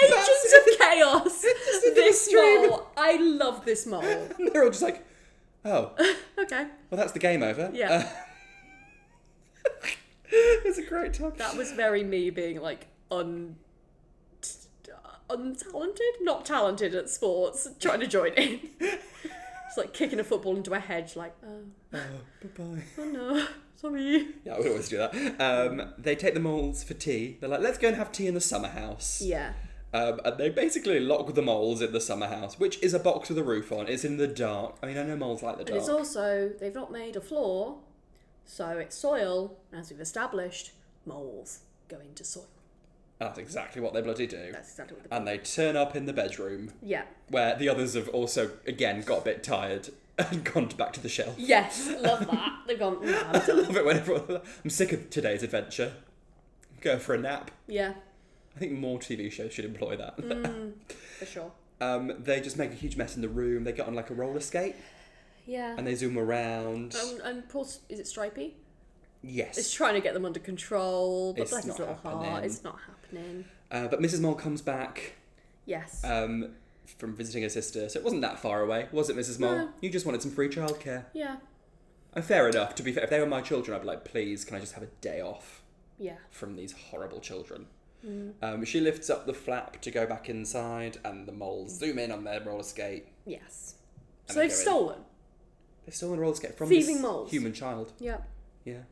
Speaker 2: Agents
Speaker 1: That's
Speaker 2: of chaos.
Speaker 1: Just into the
Speaker 2: this
Speaker 1: stream.
Speaker 2: mole. I love this
Speaker 1: [LAUGHS]
Speaker 2: mole.
Speaker 1: [LAUGHS] And they're all just like, oh, well,
Speaker 2: Okay.
Speaker 1: that's the game over.
Speaker 2: Yeah.
Speaker 1: Uh, [LAUGHS] it's a great time.
Speaker 2: That was very me being like un untalented, not talented at sports, trying to join in. [LAUGHS] Just like kicking a football into a hedge, like, oh,
Speaker 1: Oh, bye-bye.
Speaker 2: oh no, sorry.
Speaker 1: Yeah, I would always do that. Um, they take the moles for tea. They're like, let's go and have tea in the summer house.
Speaker 2: Yeah.
Speaker 1: Um, and they basically lock the moles in the summer house, which is a box with a roof on. It's in the dark. I mean, I know moles like the
Speaker 2: And
Speaker 1: dark.
Speaker 2: it's also they've not made a floor, so it's soil. and As we've established, moles go into soil.
Speaker 1: That's exactly what they bloody do.
Speaker 2: That's exactly what. The
Speaker 1: And they turn up in the bedroom,
Speaker 2: yeah.
Speaker 1: where the others have also, again, got a bit tired [LAUGHS] and gone back to the shelf.
Speaker 2: Yes, love that. They've gone. "Nah, [LAUGHS]
Speaker 1: [LAUGHS]
Speaker 2: I'm
Speaker 1: I
Speaker 2: done."
Speaker 1: love it when everyone. I'm sick of today's adventure. Go for a nap.
Speaker 2: yeah,
Speaker 1: I think more TV shows should employ that.
Speaker 2: for sure.
Speaker 1: Um, they just make a huge mess in the room. They get on like a roller skate
Speaker 2: Yeah.
Speaker 1: and they zoom around.
Speaker 2: And, and poor, S- is it Stripey? It's
Speaker 1: yes.
Speaker 2: trying to get them under control, but
Speaker 1: It's
Speaker 2: bless
Speaker 1: not
Speaker 2: his little heart,
Speaker 1: happening.
Speaker 2: it's not happening.
Speaker 1: Uh, but Mrs. Mole comes back
Speaker 2: Yes.
Speaker 1: um, from visiting her sister, so it wasn't that far away, was it, Mrs. Mole?
Speaker 2: No.
Speaker 1: You just wanted some free childcare.
Speaker 2: yeah.
Speaker 1: And fair enough, to be fair. If they were my children, I'd be like, please, can I just have a day off
Speaker 2: Yeah. Mm,
Speaker 1: from these horrible children? Um, she lifts up the flap to go back inside, and the moles zoom in on their roller skate.
Speaker 2: Yes.
Speaker 1: And
Speaker 2: So
Speaker 1: they
Speaker 2: they've
Speaker 1: go in.
Speaker 2: stolen.
Speaker 1: They've stolen a roller skate from
Speaker 2: Thieving
Speaker 1: this
Speaker 2: moles.
Speaker 1: human child.
Speaker 2: Yeah.
Speaker 1: Yeah. [LAUGHS]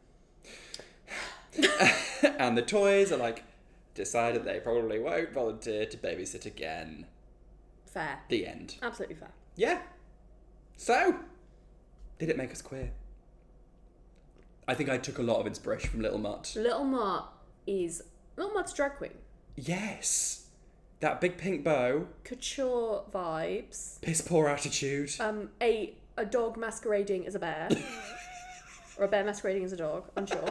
Speaker 1: and the toys are like decided they probably won't volunteer to babysit again.
Speaker 2: Fair.
Speaker 1: The end.
Speaker 2: Absolutely fair.
Speaker 1: Yeah. So, did it make us queer? I think I took a lot of inspiration from Little Mutt.
Speaker 2: Little Mart is Little Mart's drag queen.
Speaker 1: Yes. That big pink bow,
Speaker 2: Couture vibes.
Speaker 1: piss poor attitude.
Speaker 2: um, a a dog masquerading as
Speaker 1: [LAUGHS]
Speaker 2: a bear, or a bear masquerading as a dog. Unsure.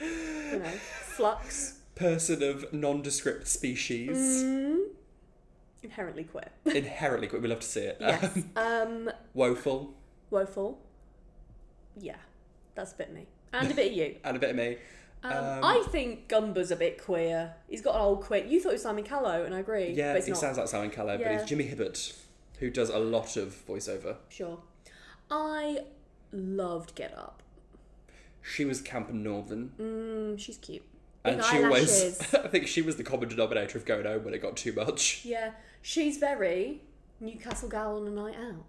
Speaker 2: you know,
Speaker 1: [LAUGHS]
Speaker 2: flux,
Speaker 1: Person of nondescript species.
Speaker 2: Mm. inherently queer.
Speaker 1: Inherently queer. We love to see it.
Speaker 2: Yes.
Speaker 1: Um,
Speaker 2: um,
Speaker 1: woeful.
Speaker 2: woeful. Yeah, that's a bit me, and a bit of
Speaker 1: [LAUGHS]
Speaker 2: you.
Speaker 1: And a bit of me.
Speaker 2: Um,
Speaker 1: Um,
Speaker 2: I think Gumba's a bit queer. He's got an old queer. You thought it was Simon Callow, and I agree.
Speaker 1: Yeah,
Speaker 2: but it's
Speaker 1: he
Speaker 2: not.
Speaker 1: sounds like Simon Callow, but
Speaker 2: Yeah.
Speaker 1: he's Jimmy Hibbert, who does a lot of voiceover.
Speaker 2: Sure. I loved Get Up.
Speaker 1: She was Camp Northern,
Speaker 2: Mm, she's cute. Big
Speaker 1: and she
Speaker 2: eyelashes.
Speaker 1: always. [LAUGHS] I think she was the common denominator of going home when it got too much.
Speaker 2: Yeah, she's very Newcastle gal on a night out.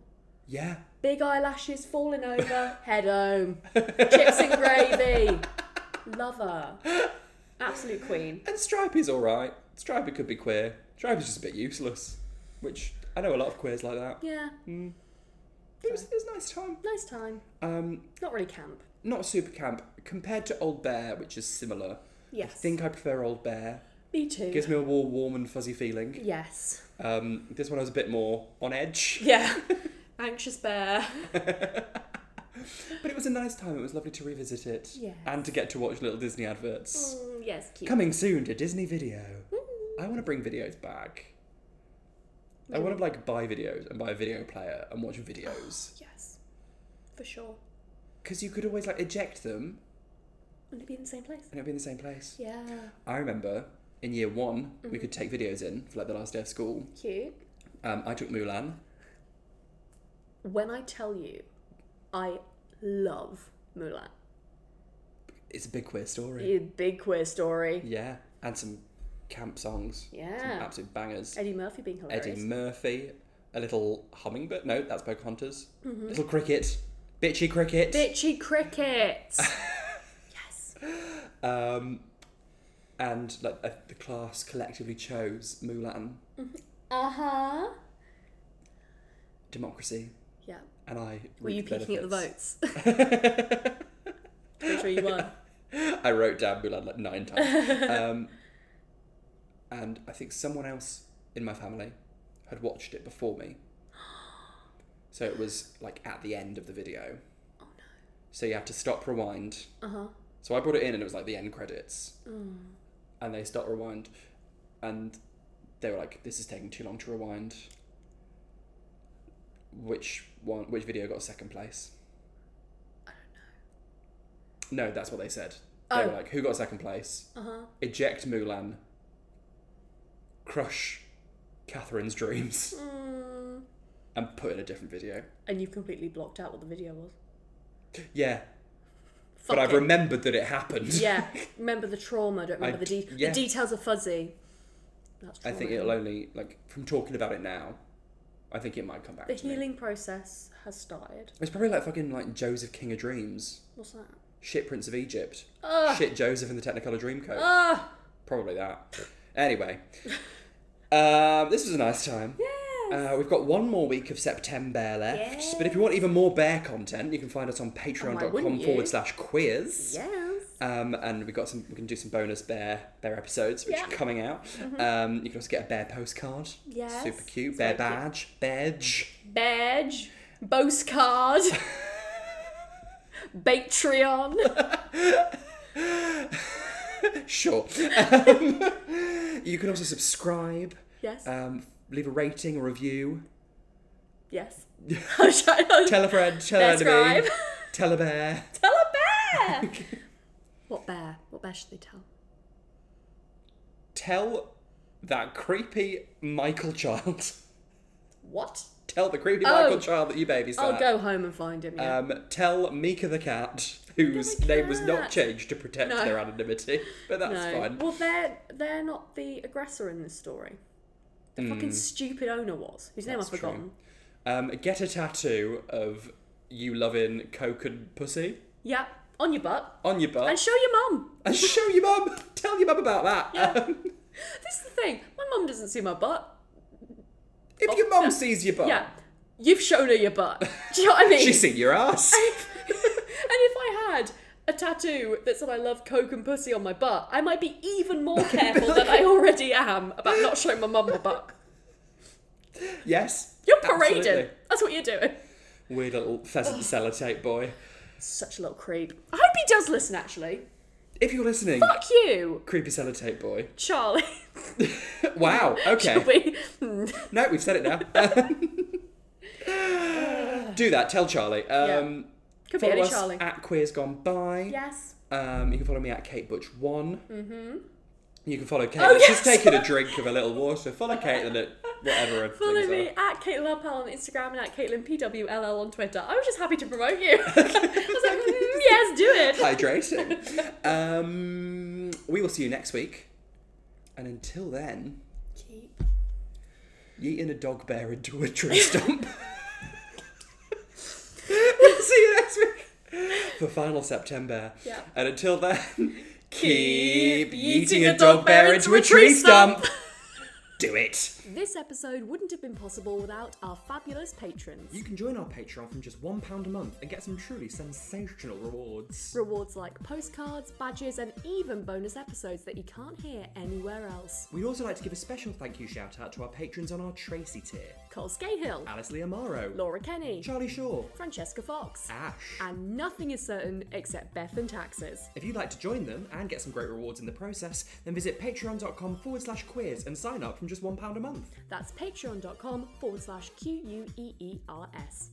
Speaker 1: Yeah,
Speaker 2: Big eyelashes
Speaker 1: [LAUGHS]
Speaker 2: falling over, head home. Chips and gravy. Love her. Absolute queen.
Speaker 1: and Stripey's all right. Stripey could be queer. Stripey's just a bit useless, which I know a lot of queers like that.
Speaker 2: Yeah,
Speaker 1: It was, it was a nice time.
Speaker 2: nice time.
Speaker 1: Um,
Speaker 2: Not really camp.
Speaker 1: not super camp compared to Old Bear, which is similar.
Speaker 2: Yes.
Speaker 1: I think I prefer Old Bear.
Speaker 2: Me too.
Speaker 1: Gives me a more warm and fuzzy feeling.
Speaker 2: yes.
Speaker 1: Um, this one I was a bit more on edge.
Speaker 2: Yeah. [LAUGHS] Anxious bear.
Speaker 1: But it was a nice time. It was lovely to revisit it.
Speaker 2: Yes.
Speaker 1: And to get to watch little Disney adverts.
Speaker 2: Mm, yes, cute. Mm,
Speaker 1: Coming soon to Disney Video. I want to bring videos back. I want to like buy videos and buy a video player and watch videos
Speaker 2: [GASPS] Yes. For sure.
Speaker 1: because you could always like eject them
Speaker 2: Wouldn't it be in the same place?
Speaker 1: and it'd be in the same place.
Speaker 2: Yeah.
Speaker 1: I remember in year one we
Speaker 2: Mm-hmm.
Speaker 1: could take videos in for like the last day of school.
Speaker 2: Cute.
Speaker 1: Um, I took Mulan.
Speaker 2: When I tell you, I love Mulan.
Speaker 1: It's a big queer story.
Speaker 2: Yeah, Big queer story.
Speaker 1: Yeah, and some camp songs. Some
Speaker 2: Yeah.
Speaker 1: absolute bangers.
Speaker 2: Eddie Murphy being hilarious.
Speaker 1: Eddie Murphy, a little hummingbird. No, that's Pocahontas.
Speaker 2: Mm-hmm.
Speaker 1: Little cricket, bitchy cricket. [LAUGHS]
Speaker 2: Bitchy cricket. yes.
Speaker 1: um, and like uh, the class collectively chose Mulan,
Speaker 2: Uh huh.
Speaker 1: democracy,
Speaker 2: Yeah.
Speaker 1: and I.
Speaker 2: Were you
Speaker 1: reaped
Speaker 2: peeking at the
Speaker 1: benefits.
Speaker 2: votes? [LAUGHS]
Speaker 1: [LAUGHS]
Speaker 2: Pretty sure you were. [LAUGHS]
Speaker 1: I wrote down Mulan like nine times. um, and I think someone else in my family had watched it before
Speaker 2: [GASPS]
Speaker 1: me. So it was like at the end of the video.
Speaker 2: Oh
Speaker 1: So you had to stop, rewind.
Speaker 2: no. Uh huh.
Speaker 1: So I brought it in and it was like the end credits.
Speaker 2: Mm.
Speaker 1: And they stop, rewind. And they were like, this is taking too long to rewind. Which one, which video got second place?
Speaker 2: I don't
Speaker 1: No, that's what they said. They were
Speaker 2: Oh.
Speaker 1: like, who got second place?
Speaker 2: know. Uh huh.
Speaker 1: Eject Mulan. Crush Catherine's
Speaker 2: [LAUGHS]
Speaker 1: dreams.
Speaker 2: Mm.
Speaker 1: And put in a different video.
Speaker 2: And you've completely blocked out what the video was.
Speaker 1: Yeah,
Speaker 2: Fuck
Speaker 1: but I've
Speaker 2: it.
Speaker 1: remembered that it [LAUGHS] happened.
Speaker 2: yeah. Remember the trauma. Don't
Speaker 1: I
Speaker 2: remember the, de-
Speaker 1: d- yeah.
Speaker 2: the details are fuzzy. That's
Speaker 1: I
Speaker 2: trauma.
Speaker 1: think it'll only like from talking about it now. I think it might come back.
Speaker 2: The
Speaker 1: to me.
Speaker 2: healing process has started.
Speaker 1: It's probably like fucking like Joseph King of Dreams,
Speaker 2: What's that?
Speaker 1: shit Prince of Egypt,
Speaker 2: Ugh.
Speaker 1: shit Joseph in the Technicolor Dreamcoat.
Speaker 2: Ugh.
Speaker 1: Probably that. Anyway, um, this was a nice time.
Speaker 2: Yes.
Speaker 1: Uh, we've got one more week of September left,
Speaker 2: Yes. Oh,
Speaker 1: but if you want even more bear content, you can find us on
Speaker 2: wouldn't
Speaker 1: patreon.com
Speaker 2: you?
Speaker 1: forward slash quiz.
Speaker 2: yes.
Speaker 1: Um, and we've got some, we can do some bonus bear bear episodes, which
Speaker 2: Yeah. Mm-hmm.
Speaker 1: are coming out. Um, you can also get a bear postcard.
Speaker 2: Yes.
Speaker 1: Super cute.
Speaker 2: It's
Speaker 1: bear
Speaker 2: very cute.
Speaker 1: badge.
Speaker 2: [LAUGHS]
Speaker 1: Badge.
Speaker 2: Badge. Postcard. [LAUGHS] Patreon.
Speaker 1: Sure. Um, [LAUGHS] you can also subscribe,
Speaker 2: Yes.
Speaker 1: um, leave a rating, a review, [LAUGHS]
Speaker 2: yes. I was trying to
Speaker 1: tell a friend, tell an enemy,
Speaker 2: describe.
Speaker 1: tell a bear. [LAUGHS]
Speaker 2: Tell a bear. what bear? What bear should they tell?
Speaker 1: Tell that creepy Michael child. [LAUGHS]
Speaker 2: What?
Speaker 1: Tell the creepy
Speaker 2: Oh.
Speaker 1: Michael child that you babysat.
Speaker 2: I'll go home and find him. Yeah.
Speaker 1: Um, tell Mika the cat, whose
Speaker 2: the
Speaker 1: name was not
Speaker 2: cat.
Speaker 1: changed to protect
Speaker 2: No.
Speaker 1: their anonymity, but that's
Speaker 2: no.
Speaker 1: fine.
Speaker 2: Well, they're they're not the aggressor in this story. The fucking stupid owner was, whose name I've
Speaker 1: Hmm. That's true.
Speaker 2: forgotten.
Speaker 1: Um, get a tattoo of you loving coke and pussy
Speaker 2: Yeah, on your butt,
Speaker 1: on your butt
Speaker 2: and
Speaker 1: and,
Speaker 2: show your mum.
Speaker 1: show your mum. Tell your mum about that.
Speaker 2: Yeah.
Speaker 1: [LAUGHS] Um,
Speaker 2: This is the thing. My mum doesn't see my butt.
Speaker 1: if your mum sees your butt,
Speaker 2: Oh, Yeah, you've shown her
Speaker 1: [LAUGHS]
Speaker 2: your butt. Do you know what I mean?
Speaker 1: she's seen your ass.
Speaker 2: [LAUGHS] and if I had a tattoo that said I love coke and pussy on my butt, I might be
Speaker 1: [LAUGHS]
Speaker 2: even more careful than I already am about not showing my mum my butt.
Speaker 1: yes.
Speaker 2: You're parading.
Speaker 1: absolutely.
Speaker 2: That's what you're doing.
Speaker 1: Weird little pheasant sellotape boy.
Speaker 2: Such a little creep. I hope he does listen, actually.
Speaker 1: If you're listening,
Speaker 2: Fuck you,
Speaker 1: creepy sellotape boy. [LAUGHS]
Speaker 2: Charlie. [LAUGHS]
Speaker 1: Wow. Okay.
Speaker 2: Should [LAUGHS] we- Hmm.
Speaker 1: No, we've said it
Speaker 2: [LAUGHS]
Speaker 1: now. Do that. Tell Charlie. Um,
Speaker 2: Could be
Speaker 1: Follow
Speaker 2: any
Speaker 1: us
Speaker 2: Charlie.
Speaker 1: at Queers Gone By.
Speaker 2: Yes.
Speaker 1: Um, you can follow me at Kate Butch One. Mm-hmm. You can follow Kate.
Speaker 2: Oh,
Speaker 1: She's
Speaker 2: yes!
Speaker 1: taking
Speaker 2: [LAUGHS]
Speaker 1: a drink of a little water. Follow Caitlin at whatever. her
Speaker 2: Follow
Speaker 1: things
Speaker 2: me
Speaker 1: are.
Speaker 2: at Caitlin Pal on Instagram and at Caitlin PWLL on Twitter. I was just happy to promote you. [LAUGHS] I was like, "Mm, yes, do it.
Speaker 1: [LAUGHS] Hydrating. um, we will see you next week. And until then,
Speaker 2: Keep
Speaker 1: yeeting a dog bear into a [LAUGHS] tree stump. we'll see you next week for final September.
Speaker 2: Yeah.
Speaker 1: And until [LAUGHS] then, keep
Speaker 2: Keep yeeting
Speaker 1: yeeting a dog bear into a tree stump. Do it.
Speaker 2: This episode wouldn't have been possible without our fabulous patrons.
Speaker 1: You can join our Patreon from just £1 a month and get some truly sensational rewards.
Speaker 2: Rewards like postcards, badges, and even bonus episodes that you can't hear anywhere else.
Speaker 1: We'd also like to give a special thank you shout out to our patrons on our Tracy tier
Speaker 2: Cole Scahill,
Speaker 1: Alice Lee Amaro,
Speaker 2: Laura Kenny,
Speaker 1: Charlie Shaw,
Speaker 2: Francesca Fox,
Speaker 1: Ash.
Speaker 2: and nothing is certain except Beth and taxes.
Speaker 1: If you'd like to join them and get some great rewards in the process, then visit patreon.com forward slash quiz and sign up from just £1 a month.
Speaker 2: That's patreon.com forward slash Q U E E R S.